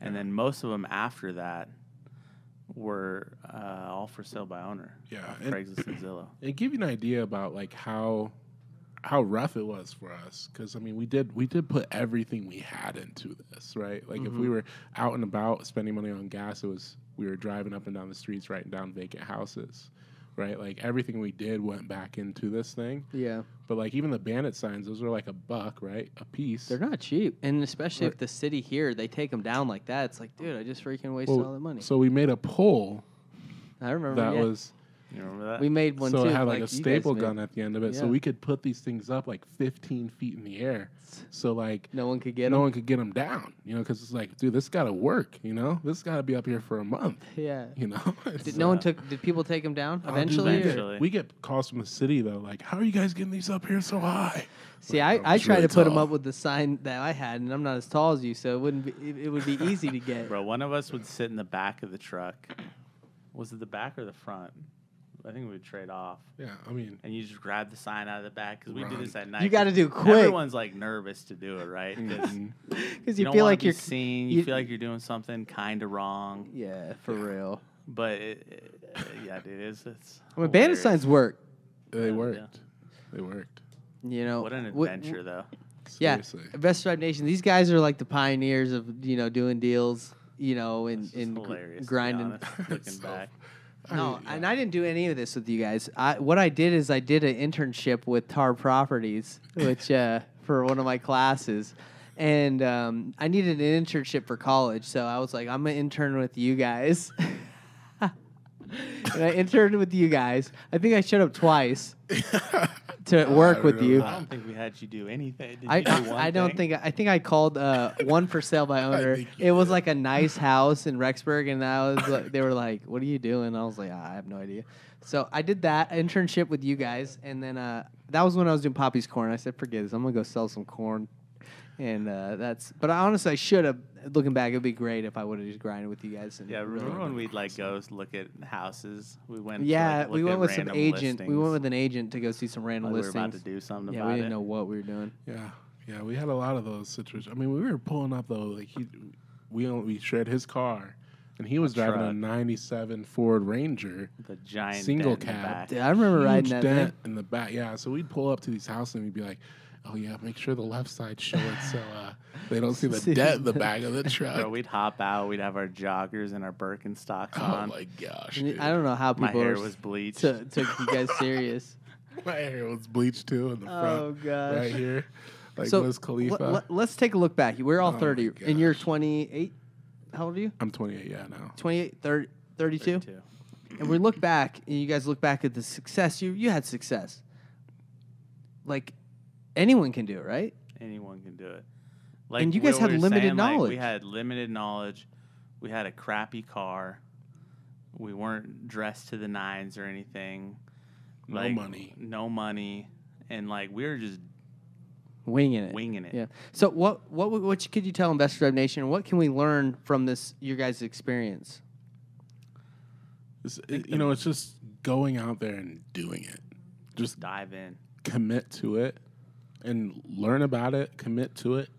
S2: and then most of them after that were uh, all for sale by owner,
S3: yeah.
S2: on
S3: And,
S2: Craigslist and Zillow.
S3: and give you an idea about like how how rough it was for us because i mean we did we did put everything we had into this right like if
S1: Mm-hmm.
S3: we were out and about spending money on gas it was we were driving up and down the streets writing down vacant houses right like everything we did went back into this thing
S1: Yeah.
S3: but like even the bandit signs those were like a buck right a piece
S1: They're not cheap, and especially if the city here they take them down like that, it's like, dude, I just freaking wasted
S3: Well,
S1: all that money.
S3: so we made a pole
S1: I remember
S3: that
S1: yeah.
S3: was
S2: You remember that?
S1: we made one
S3: so
S1: too.
S3: it had like, a
S1: you guys
S3: staple
S1: made.
S3: gun at the end of it so
S1: Yeah.
S3: we could put these things up like 15 feet in the air so like
S1: No one could get
S3: no
S1: them.
S3: one could get them down, you know, because it's like, dude, this got to work, you know, this got to be up here for a month,
S1: Yeah.
S3: you know. [LAUGHS]
S1: Did
S3: It's,
S1: no one
S2: uh,
S1: took? Did people take them down
S3: oh, dude,
S1: eventually?
S3: we,
S1: or-
S2: eventually.
S3: get, we get calls from the city though, like, how are you guys getting these up here so high?
S1: See,
S3: Like,
S1: I,
S3: "Oh,
S1: I
S3: it's
S1: tried
S3: really
S1: to put them
S3: tall."
S1: up with the sign that I had, and I'm not as tall as you, so it wouldn't be. It, it would
S3: [LAUGHS]
S1: be easy to get.
S2: Bro, one of us would sit in the back of the truck. Was it the back or the front? I think we would trade off.
S3: Yeah,
S1: [LAUGHS]
S3: I mean,
S2: And you just grab the sign out of the back because we do
S3: Run.
S2: this at night.
S1: You gotta do quick.
S2: Everyone's like nervous to do it, right? 'Cause
S3: mhm.
S1: Because
S2: you,
S1: you,
S2: don't
S1: feel
S2: wanna
S1: like
S2: be
S1: you're.
S2: seen. You,
S1: you-
S2: feel like you're doing something kind of wrong.
S1: Yeah, for real.
S2: But it, it- yeah, dude, it's it's.
S1: I mean, bandit
S2: hilarious.
S1: signs work.
S3: they
S2: Yeah.
S3: worked, they worked.
S1: You know.
S2: What an
S1: Wh-
S2: adventure, though.
S1: Yeah,
S3: Seriously.
S1: Best Stripe Nation. These guys are like the pioneers of you know doing deals, you know, and,
S2: It's just
S1: and gr-
S2: hilarious. to be
S1: grinding. [LAUGHS]
S2: honest, looking
S3: So-
S2: back,
S1: No,
S3: mean,
S1: and I didn't do any of this with you guys. I, what I did is I did an internship with Tar Properties, which
S3: [LAUGHS]
S1: uh, for one of my classes, and um, I needed an internship for college, so I was like, I'm gonna intern with you guys. [LAUGHS] and I interned with you guys. I think I showed up twice to
S3: Ah, I
S1: work with you.
S2: I don't think we had you do anything. Did you
S1: I,
S2: do
S1: [LAUGHS]
S2: one
S1: I don't
S2: thing?
S1: think I think I called
S2: [LAUGHS]
S1: uh, one for sale by owner.
S3: think you
S1: It was
S3: did.
S1: like a nice house in Rexburg, and I was like,
S2: [LAUGHS]
S1: they were like, "What are you doing?" I was like, "Ah, "I have no idea." So I did that internship with you guys, and then uh, that was when I was doing Poppy's corn. I said, "Forget this, I'm gonna go sell some corn." And uh, that's, but I honestly, I should have. Looking back, it'd be great if I would have just grinded with you guys. And
S2: Yeah, remember
S1: really-
S2: when we'd [LAUGHS] like go s- look at houses? We went. to,
S1: yeah,
S2: like,
S1: we
S2: look
S1: went
S2: at
S1: with some
S2: random
S1: agent.
S2: Listings.
S1: We went with an agent to go see some random
S2: like we were
S1: listings.
S2: about to do something
S1: yeah,
S2: about
S1: we didn't
S2: it.
S1: know what we were doing.
S3: [LAUGHS] Yeah, yeah, we had a lot of those situations. I mean, we were pulling up though. Like he, we only, we shared his car, and he was driving a
S2: truck.
S3: '97 Ford Ranger.
S2: the giant
S3: Single
S2: dent in the
S3: cab.
S2: back.
S1: Dude, I remember riding
S3: huge
S1: that.
S3: dent
S1: Thing.
S3: in the back. Yeah, so we'd pull up to these houses and we'd be like, "Oh yeah, make sure the left side show it so uh, they don't see
S1: [LAUGHS] See
S3: the dent in the
S1: the- [LAUGHS]
S3: back of the truck."
S2: Bro, we'd hop out. We'd have our joggers and our Birkenstocks
S3: [LAUGHS] oh
S2: on.
S3: my gosh,
S1: And
S3: dude.
S1: I don't know how
S2: My
S1: people
S2: hair
S1: are-
S2: was bleached.
S1: to- took you guys serious.
S3: [LAUGHS] my hair was bleached too in the
S1: oh
S3: front
S1: gosh.
S3: right here, [LAUGHS] like
S1: So
S3: Wiz Khalifa.
S1: le- le- let's take a look back. We're all
S3: Oh my
S1: 30 and you're
S3: gosh.
S1: 28. How old are you?
S3: I'm 28, yeah, now.
S1: 28, 30, 32.
S2: 32.
S1: And we look back and you guys look back at the success you you had success. Like anyone can do it, right?
S2: Anyone can do it. Like
S1: And you guys
S2: what
S1: had
S2: we were
S1: limited
S2: like,
S1: knowledge.
S2: we had limited knowledge. We had a crappy car. We weren't dressed to the nines or anything.
S3: No
S2: Like,
S3: money.
S2: No money. And like we were just
S1: Winging it.
S2: winging it.
S1: Yeah. So what what would- what could you tell Investor Drive Nation? What can we learn from this your guys' experience?
S3: It's- it- you know, it's just going out there and doing it. Just
S2: Dive in.
S3: commit to it and learn about it, commit to it,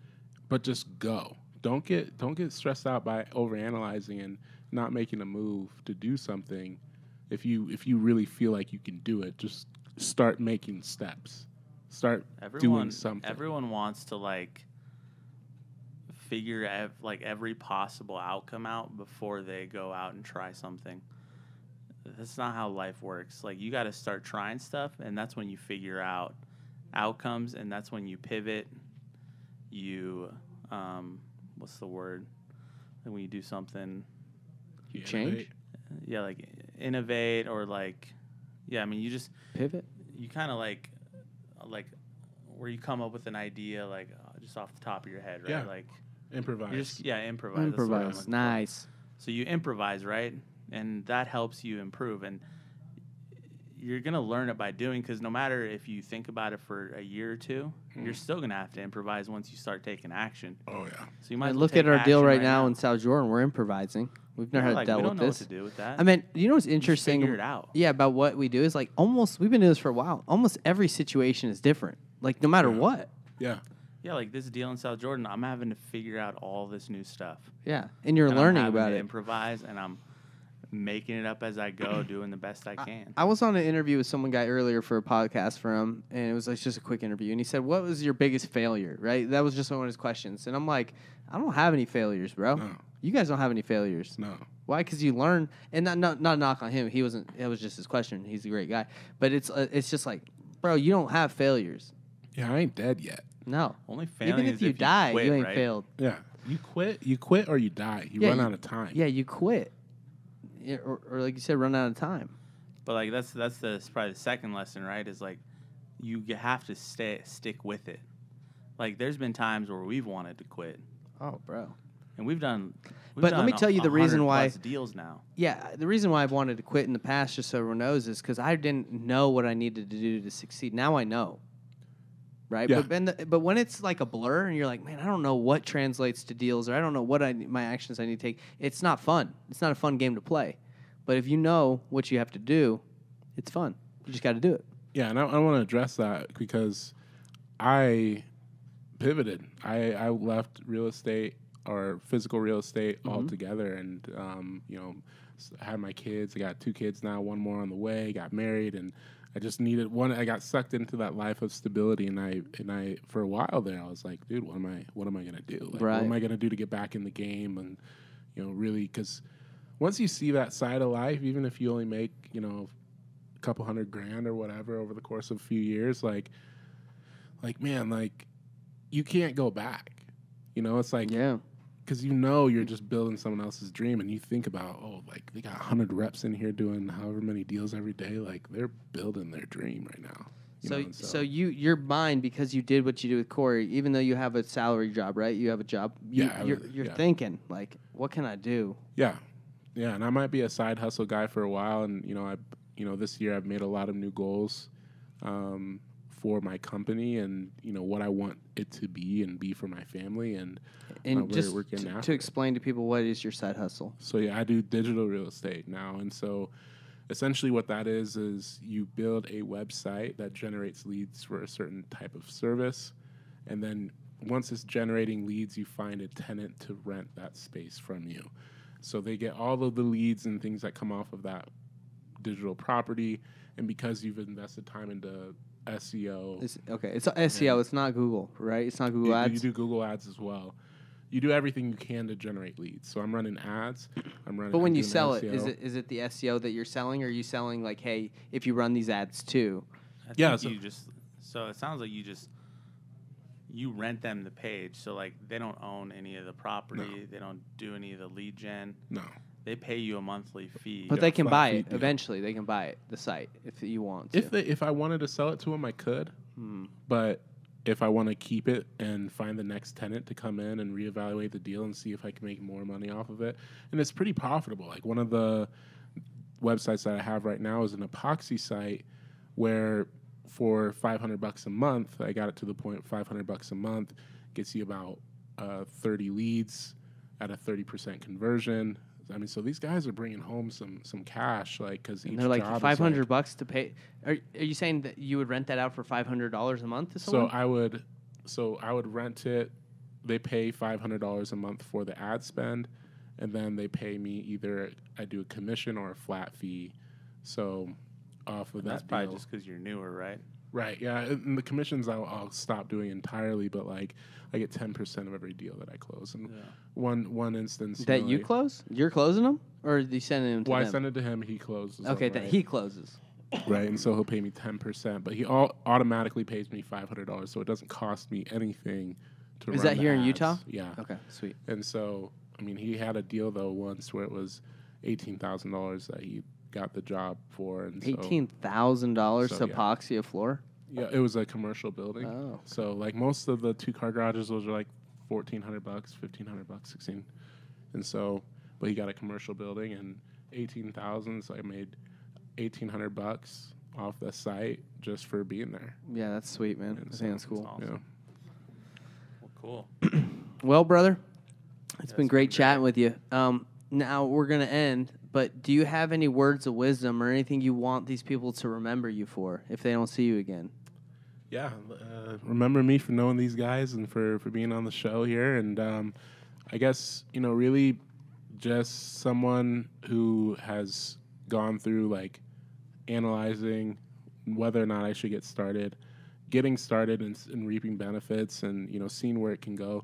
S3: but just go. Don't get don't get stressed out by overanalyzing and not making a move to do something. If you if you really feel like you can do it, just start making steps. Start
S2: Everyone
S3: doing something.
S2: everyone wants to like figure ev- like every possible outcome out before they go out and try something. That's not how life works. Like you got to start trying stuff and that's when you figure out outcomes and that's when you pivot. You um what's the word? Like when you do something
S1: You change?
S2: yeah, like innovate or like Yeah, I mean, you just
S1: Pivot.
S2: you kind of like like where you come up with an idea like uh, just off the top of your head, right?
S3: Yeah.
S2: Like
S3: improvise.
S2: you just yeah, improvise. that's the word I'm looking
S1: Improvise.
S2: for.
S1: Nice.
S2: So you improvise, right? And that helps you improve. And you're going to learn it by doing because no matter if you think about it for a year or 2 you you're still going to have to improvise once you start taking action.
S3: oh yeah.
S2: So you might as
S1: And
S2: well
S1: look
S2: take
S1: at our deal
S2: action
S1: right, now, in South Jordan. We're improvising. We've never
S2: Yeah,
S1: had
S2: like,
S1: dealt
S2: we don't
S1: with
S2: know
S1: this.
S2: what to do with that.
S1: I mean, you know what's
S2: You just
S1: interesting?
S2: Figure it out.
S1: Yeah, about what we do is like almost we've been doing this for a while. Almost every situation is different. Like no matter
S3: Yeah.
S1: what.
S3: Yeah.
S2: Yeah, like this deal in South Jordan, I'm having to figure out all this new stuff.
S1: Yeah, and you're
S2: And I'm
S1: learning
S2: having
S1: about
S2: to
S1: it.
S2: Improvise, and I'm making it up as
S1: [CLEARS THROAT]
S2: I go, doing the best I can.
S1: I was on an interview with someone guy earlier for a podcast for him, and it was like just a quick interview. And he said, "What was your biggest failure?" Right? That was just one of his questions. And I'm like, "I don't have any failures, bro.
S2: Oh.
S3: No.
S1: You guys don't have any failures.
S3: No.
S1: Why? Because you learn, and not, not not a knock on him. He wasn't. That was just his question. He's a great guy, but it's uh, it's just like, bro, you don't have failures.
S3: Yeah, I ain't dead yet.
S1: No,
S2: Only failing
S1: even if
S2: is
S1: you
S2: if you
S1: die,
S2: quit,
S1: you ain't
S2: right?
S1: failed.
S3: Yeah. You quit. You quit or you die. You
S1: Yeah,
S3: run
S1: you-
S3: out of time.
S1: Yeah, you quit, Yeah, or, or like you said, run out of time.
S2: But like that's that's the probably the second lesson, right? Is like you g- have to stay stick with it. Like there's been times where we've wanted to quit,
S1: Oh, bro.
S2: and we've done. We've
S1: But let me
S2: done a-
S1: tell you the
S2: 100
S1: reason why-
S2: plus deals now.
S1: Yeah, the reason why I've wanted to quit in the past, just so everyone knows, is because I didn't know what I needed to do to succeed. Now I know, right?
S3: Yeah.
S1: But then, the, but when it's like a blur and you're like, man, I don't know what translates to deals, or I don't know what I my actions I need to take. It's not fun. It's not a fun game to play. But if you know what you have to do, it's fun. You just got to do it.
S3: Yeah, and I, I want to address that because I pivoted. I, I left real estate or physical real estate altogether, and um, you know, s- had my kids. I got two kids now, one more on the way. Got married, and I just needed one. I got sucked into that life of stability, and I and I for a while there, I was like, dude, what am I? What am I gonna do? Like,
S1: Right.
S3: What am I gonna do to get back in the game? And you know, really, because once you see that side of life, even if you only make you know a couple hundred grand or whatever over the course of a few years, like, like man, like you can't go back. You know, it's like
S1: Yeah,
S3: because you know you're just building someone else's dream, and you think about oh, like they got hundred reps in here doing however many deals every day. Like they're building their dream right now. you
S1: so,
S3: know, and
S1: so you your mind because you did what you do with Corey, even though you have a salary job, right? You have a job. You,
S3: Yeah, I
S1: you're,
S3: was-
S1: you're
S3: yeah.
S1: thinking like, what can I do?
S3: Yeah, yeah, and I might be a side hustle guy for a while, and you know, I, you know, this year I've made a lot of new goals um, for my company, and you know what I want it to be and be for my family, and
S1: And
S3: uh, we're-
S1: just
S3: we're getting
S1: to,
S3: after
S1: to
S3: it.
S1: explain to people what is your side hustle.
S3: So yeah, I do digital real estate now, and so essentially what that is is you build a website that generates leads for a certain type of service, and then once it's generating leads, you find a tenant to rent that space from you. So they get all of the leads and things that come off of that digital property, and because you've invested time into SEO,
S1: It's, okay, it's SEO. It's not Google, right? It's not Google
S3: you,
S1: Ads.
S3: you do Google ads as well. You do everything you can to generate leads. So I'm running ads. I'm running.
S1: but when
S3: I'm
S1: you
S3: doing E
S1: sell it, is
S3: SEO.
S1: it is it the SEO that you're selling, or are you selling like, hey, if you run these ads too?
S2: I
S3: Yeah,
S2: think
S3: so-
S2: you just so it sounds like you just you rent them the page, so like they don't own any of the property, they don't do any of the lead gen.
S3: no?
S2: They pay you a monthly fee.
S1: But they can
S3: flat
S1: buy
S3: fee
S1: it
S3: deal.
S1: eventually. They can buy it the site if you want. To.
S3: If they, if I wanted to sell it to them, I could.
S1: Hmm.
S3: But if I want to keep it and find the next tenant to come in and reevaluate the deal and see if I can make more money off of it, and it's pretty profitable. Like one of the websites that I have right now is an epoxy site where for 500 bucks a month, I got it to the point 500 bucks a month gets you about uh, 30 leads at a 30% conversion. I mean, so these guys are bringing home some some cash, like because each
S1: and they're like
S3: job is,
S1: five hundred bucks to pay. Are, are you saying that you would rent that out for five hundred dollars a month to
S3: So
S1: someone?
S3: I would, so I would rent it. They pay five hundred dollars a month for the ad spend, and then they pay me either I do a commission or a flat fee. So off of
S2: that's
S3: that
S2: probably
S3: deal,
S2: just because you're newer, right?
S3: right? Yeah, and the commissions I'll, I'll stop doing entirely, but like I get ten percent of every deal that I close. And one one instance
S1: that
S3: know,
S1: you
S3: like-
S1: close? You're closing them, or are you sending them to
S3: Well, I
S1: them?
S3: send it to him. He closes. them,
S1: okay, that
S3: right?
S1: he closes.
S3: right? And so he'll pay me ten percent, but he all automatically pays me five hundred dollars, so it doesn't cost me anything. To
S1: Is
S3: run
S1: that
S3: the
S1: here in
S3: ads.
S1: Utah?
S3: Yeah.
S1: Okay, sweet.
S3: And so, I mean, he had a deal though once where it was eighteen thousand dollars that he got the job for. And so-
S1: Eighteen thousand dollars
S3: so, yeah.
S1: epoxy a floor.
S3: yeah, it was a commercial building.
S1: Oh.
S3: So like most of the two car garages, those are like fourteen hundred bucks, fifteen hundred bucks, sixteen. And so, but he got a commercial building and eighteen thousand. So I made eighteen hundred bucks off the site just for being there.
S1: Yeah, that's sweet, man.
S3: And
S1: I think that's
S3: so-
S1: cool.
S2: all.
S3: Yeah.
S2: Awesome. Well, cool.
S1: Well, brother, it's
S2: Yeah,
S1: been
S2: it's
S1: great
S2: been great.
S1: chatting with you. Um, now we're gonna end, but do you have any words of wisdom or anything you want these people to remember you for if they don't see you again?
S3: yeah uh, remember me for knowing these guys and for for being on the show here and um, i guess you know really just someone who has gone through like analyzing whether or not i should get started getting started and, s- and reaping benefits and you know seeing where it can go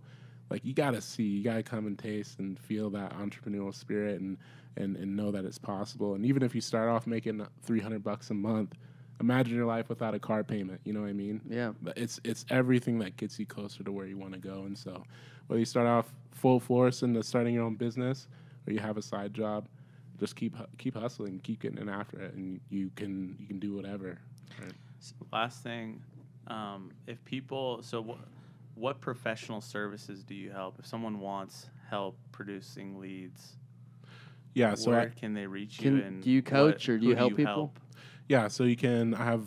S3: like you gotta see you gotta come and taste and feel that entrepreneurial spirit and and, and know that it's possible and even if you start off making 300 bucks a month imagine your life without a car payment you know what i mean
S1: Yeah.
S3: but it's it's everything that gets you closer to where you want to go. And so, whether you start off full force into starting your own business or you have a side job, just keep hu- keep hustling, keep getting in after it, and you can you can do whatever. Right?
S2: S- Last thing, um, if people, so wh- what professional services do you help? If someone wants help producing leads,
S3: Yeah. So
S2: where
S3: I-
S2: can they reach
S1: Uh, Can-
S2: you? And
S1: do you coach or do
S2: who
S1: you help people?
S3: yeah. So you can. I have.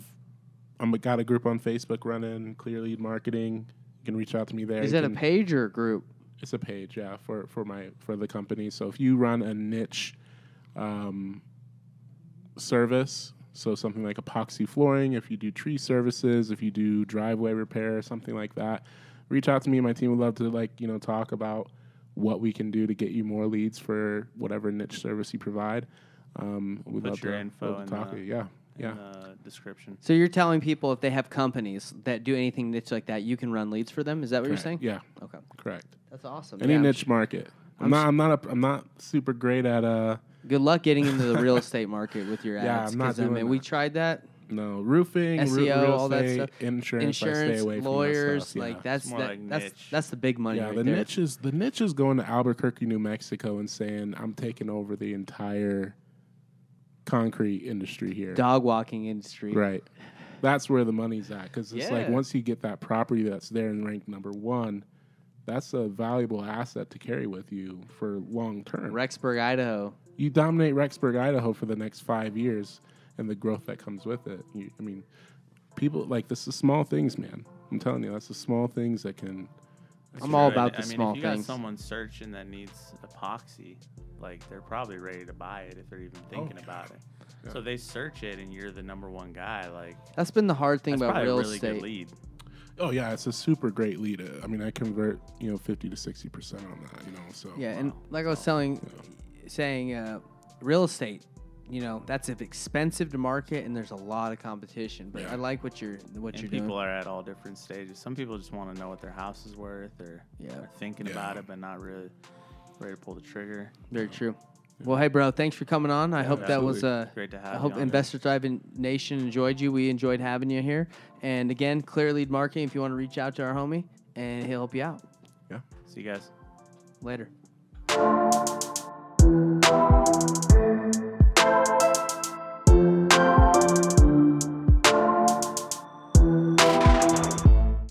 S3: I'm a- got a group on Facebook running Clear Lead Marketing. You can reach out to me there.
S1: Is
S3: You
S1: that a
S3: can-
S1: page or a group?
S3: it's a page yeah for for my for the company so if you run a niche um, service so something like epoxy flooring if you do tree services if you do driveway repair something like that reach out to me my team would love to like you know talk about what we can do to get you more leads for whatever niche service you provide um, we'd
S2: Put
S3: love
S2: your
S3: to,
S2: info
S3: love
S2: in
S3: to talk
S2: the-
S3: to you yeah yeah
S2: In the description.
S1: So you're telling people if they have companies that do anything niche like that, you can run leads for them. Is that what you're
S3: Correct.
S1: saying?
S3: yeah
S1: Okay,
S3: correct
S1: that's awesome.
S3: any
S1: Yeah.
S3: niche market I'm,
S1: I'm
S3: not I'm not a, I'm not super great at uh
S1: Good luck getting into the real estate market with your ads.
S3: [LAUGHS] Yeah, I'm not
S1: 'cause, I
S3: doing
S1: mean, we
S3: that.
S1: tried that.
S3: No, roofing, ru-
S1: SEO,
S3: real
S1: E all that
S3: estate,
S1: stuff.
S3: insurance, I stay
S1: Insurance,
S3: away
S1: lawyers,
S3: from that
S1: like
S3: stuff, yeah.
S1: that's
S2: more
S1: that,
S2: like
S1: that's
S2: niche.
S1: that's the big money.
S3: Yeah,
S1: right
S3: the
S1: there.
S3: niche is the niche is going to Albuquerque, New Mexico, and saying I'm taking over the entire concrete industry here.
S1: dog walking industry.
S3: Right, that's where the money's at because it's like
S1: Yeah.
S3: once you get that property that's there and ranked number one, that's a valuable asset to carry with you for long term.
S1: Rexburg, Idaho.
S3: you dominate Rexburg, Idaho for the next five years and the growth that comes with it. You, I mean, people like this is small things, man. I'm telling you, that's the small things that can.
S1: I'm all
S2: Sure,
S1: about
S2: and-
S1: the
S2: I mean,
S1: small
S2: if you
S1: things.
S2: got someone searching that needs epoxy, like they're probably ready to buy it if they're even
S1: Oh,
S2: thinking
S3: yeah.
S2: about it.
S3: Yeah.
S2: So they search it, and you're the number one guy. Like
S1: That's been the hard thing
S2: that's
S1: about
S2: probably
S1: real
S2: a really
S1: estate.
S2: good lead.
S3: Oh yeah, it's a super great lead. Uh, I mean, I convert you know 50 to 60 percent on that. You know, so
S1: Yeah, and
S2: Wow.
S1: like I was telling, saying, uh, real estate, you know, that's expensive to market, and there's a lot of competition. But
S3: Yeah.
S1: I like what you're what
S2: And
S1: you're
S2: people
S1: doing.
S2: are at all different stages. Some people just want to know what their house is worth, or
S1: Yeah.
S2: are thinking
S3: Yeah.
S2: about it but not really ready to pull the trigger.
S1: Very true. Well, hey, bro, thanks for coming on. I hope that was uh,
S3: absolutely.
S2: Great to have.
S1: I
S2: you
S1: hope
S2: on.
S1: Investor Drive in- Nation enjoyed you. We enjoyed having you here. And again, Clear Lead Marketing, if you want to reach out to our homie, and he'll help you out
S3: yeah.
S2: See you guys.
S1: later.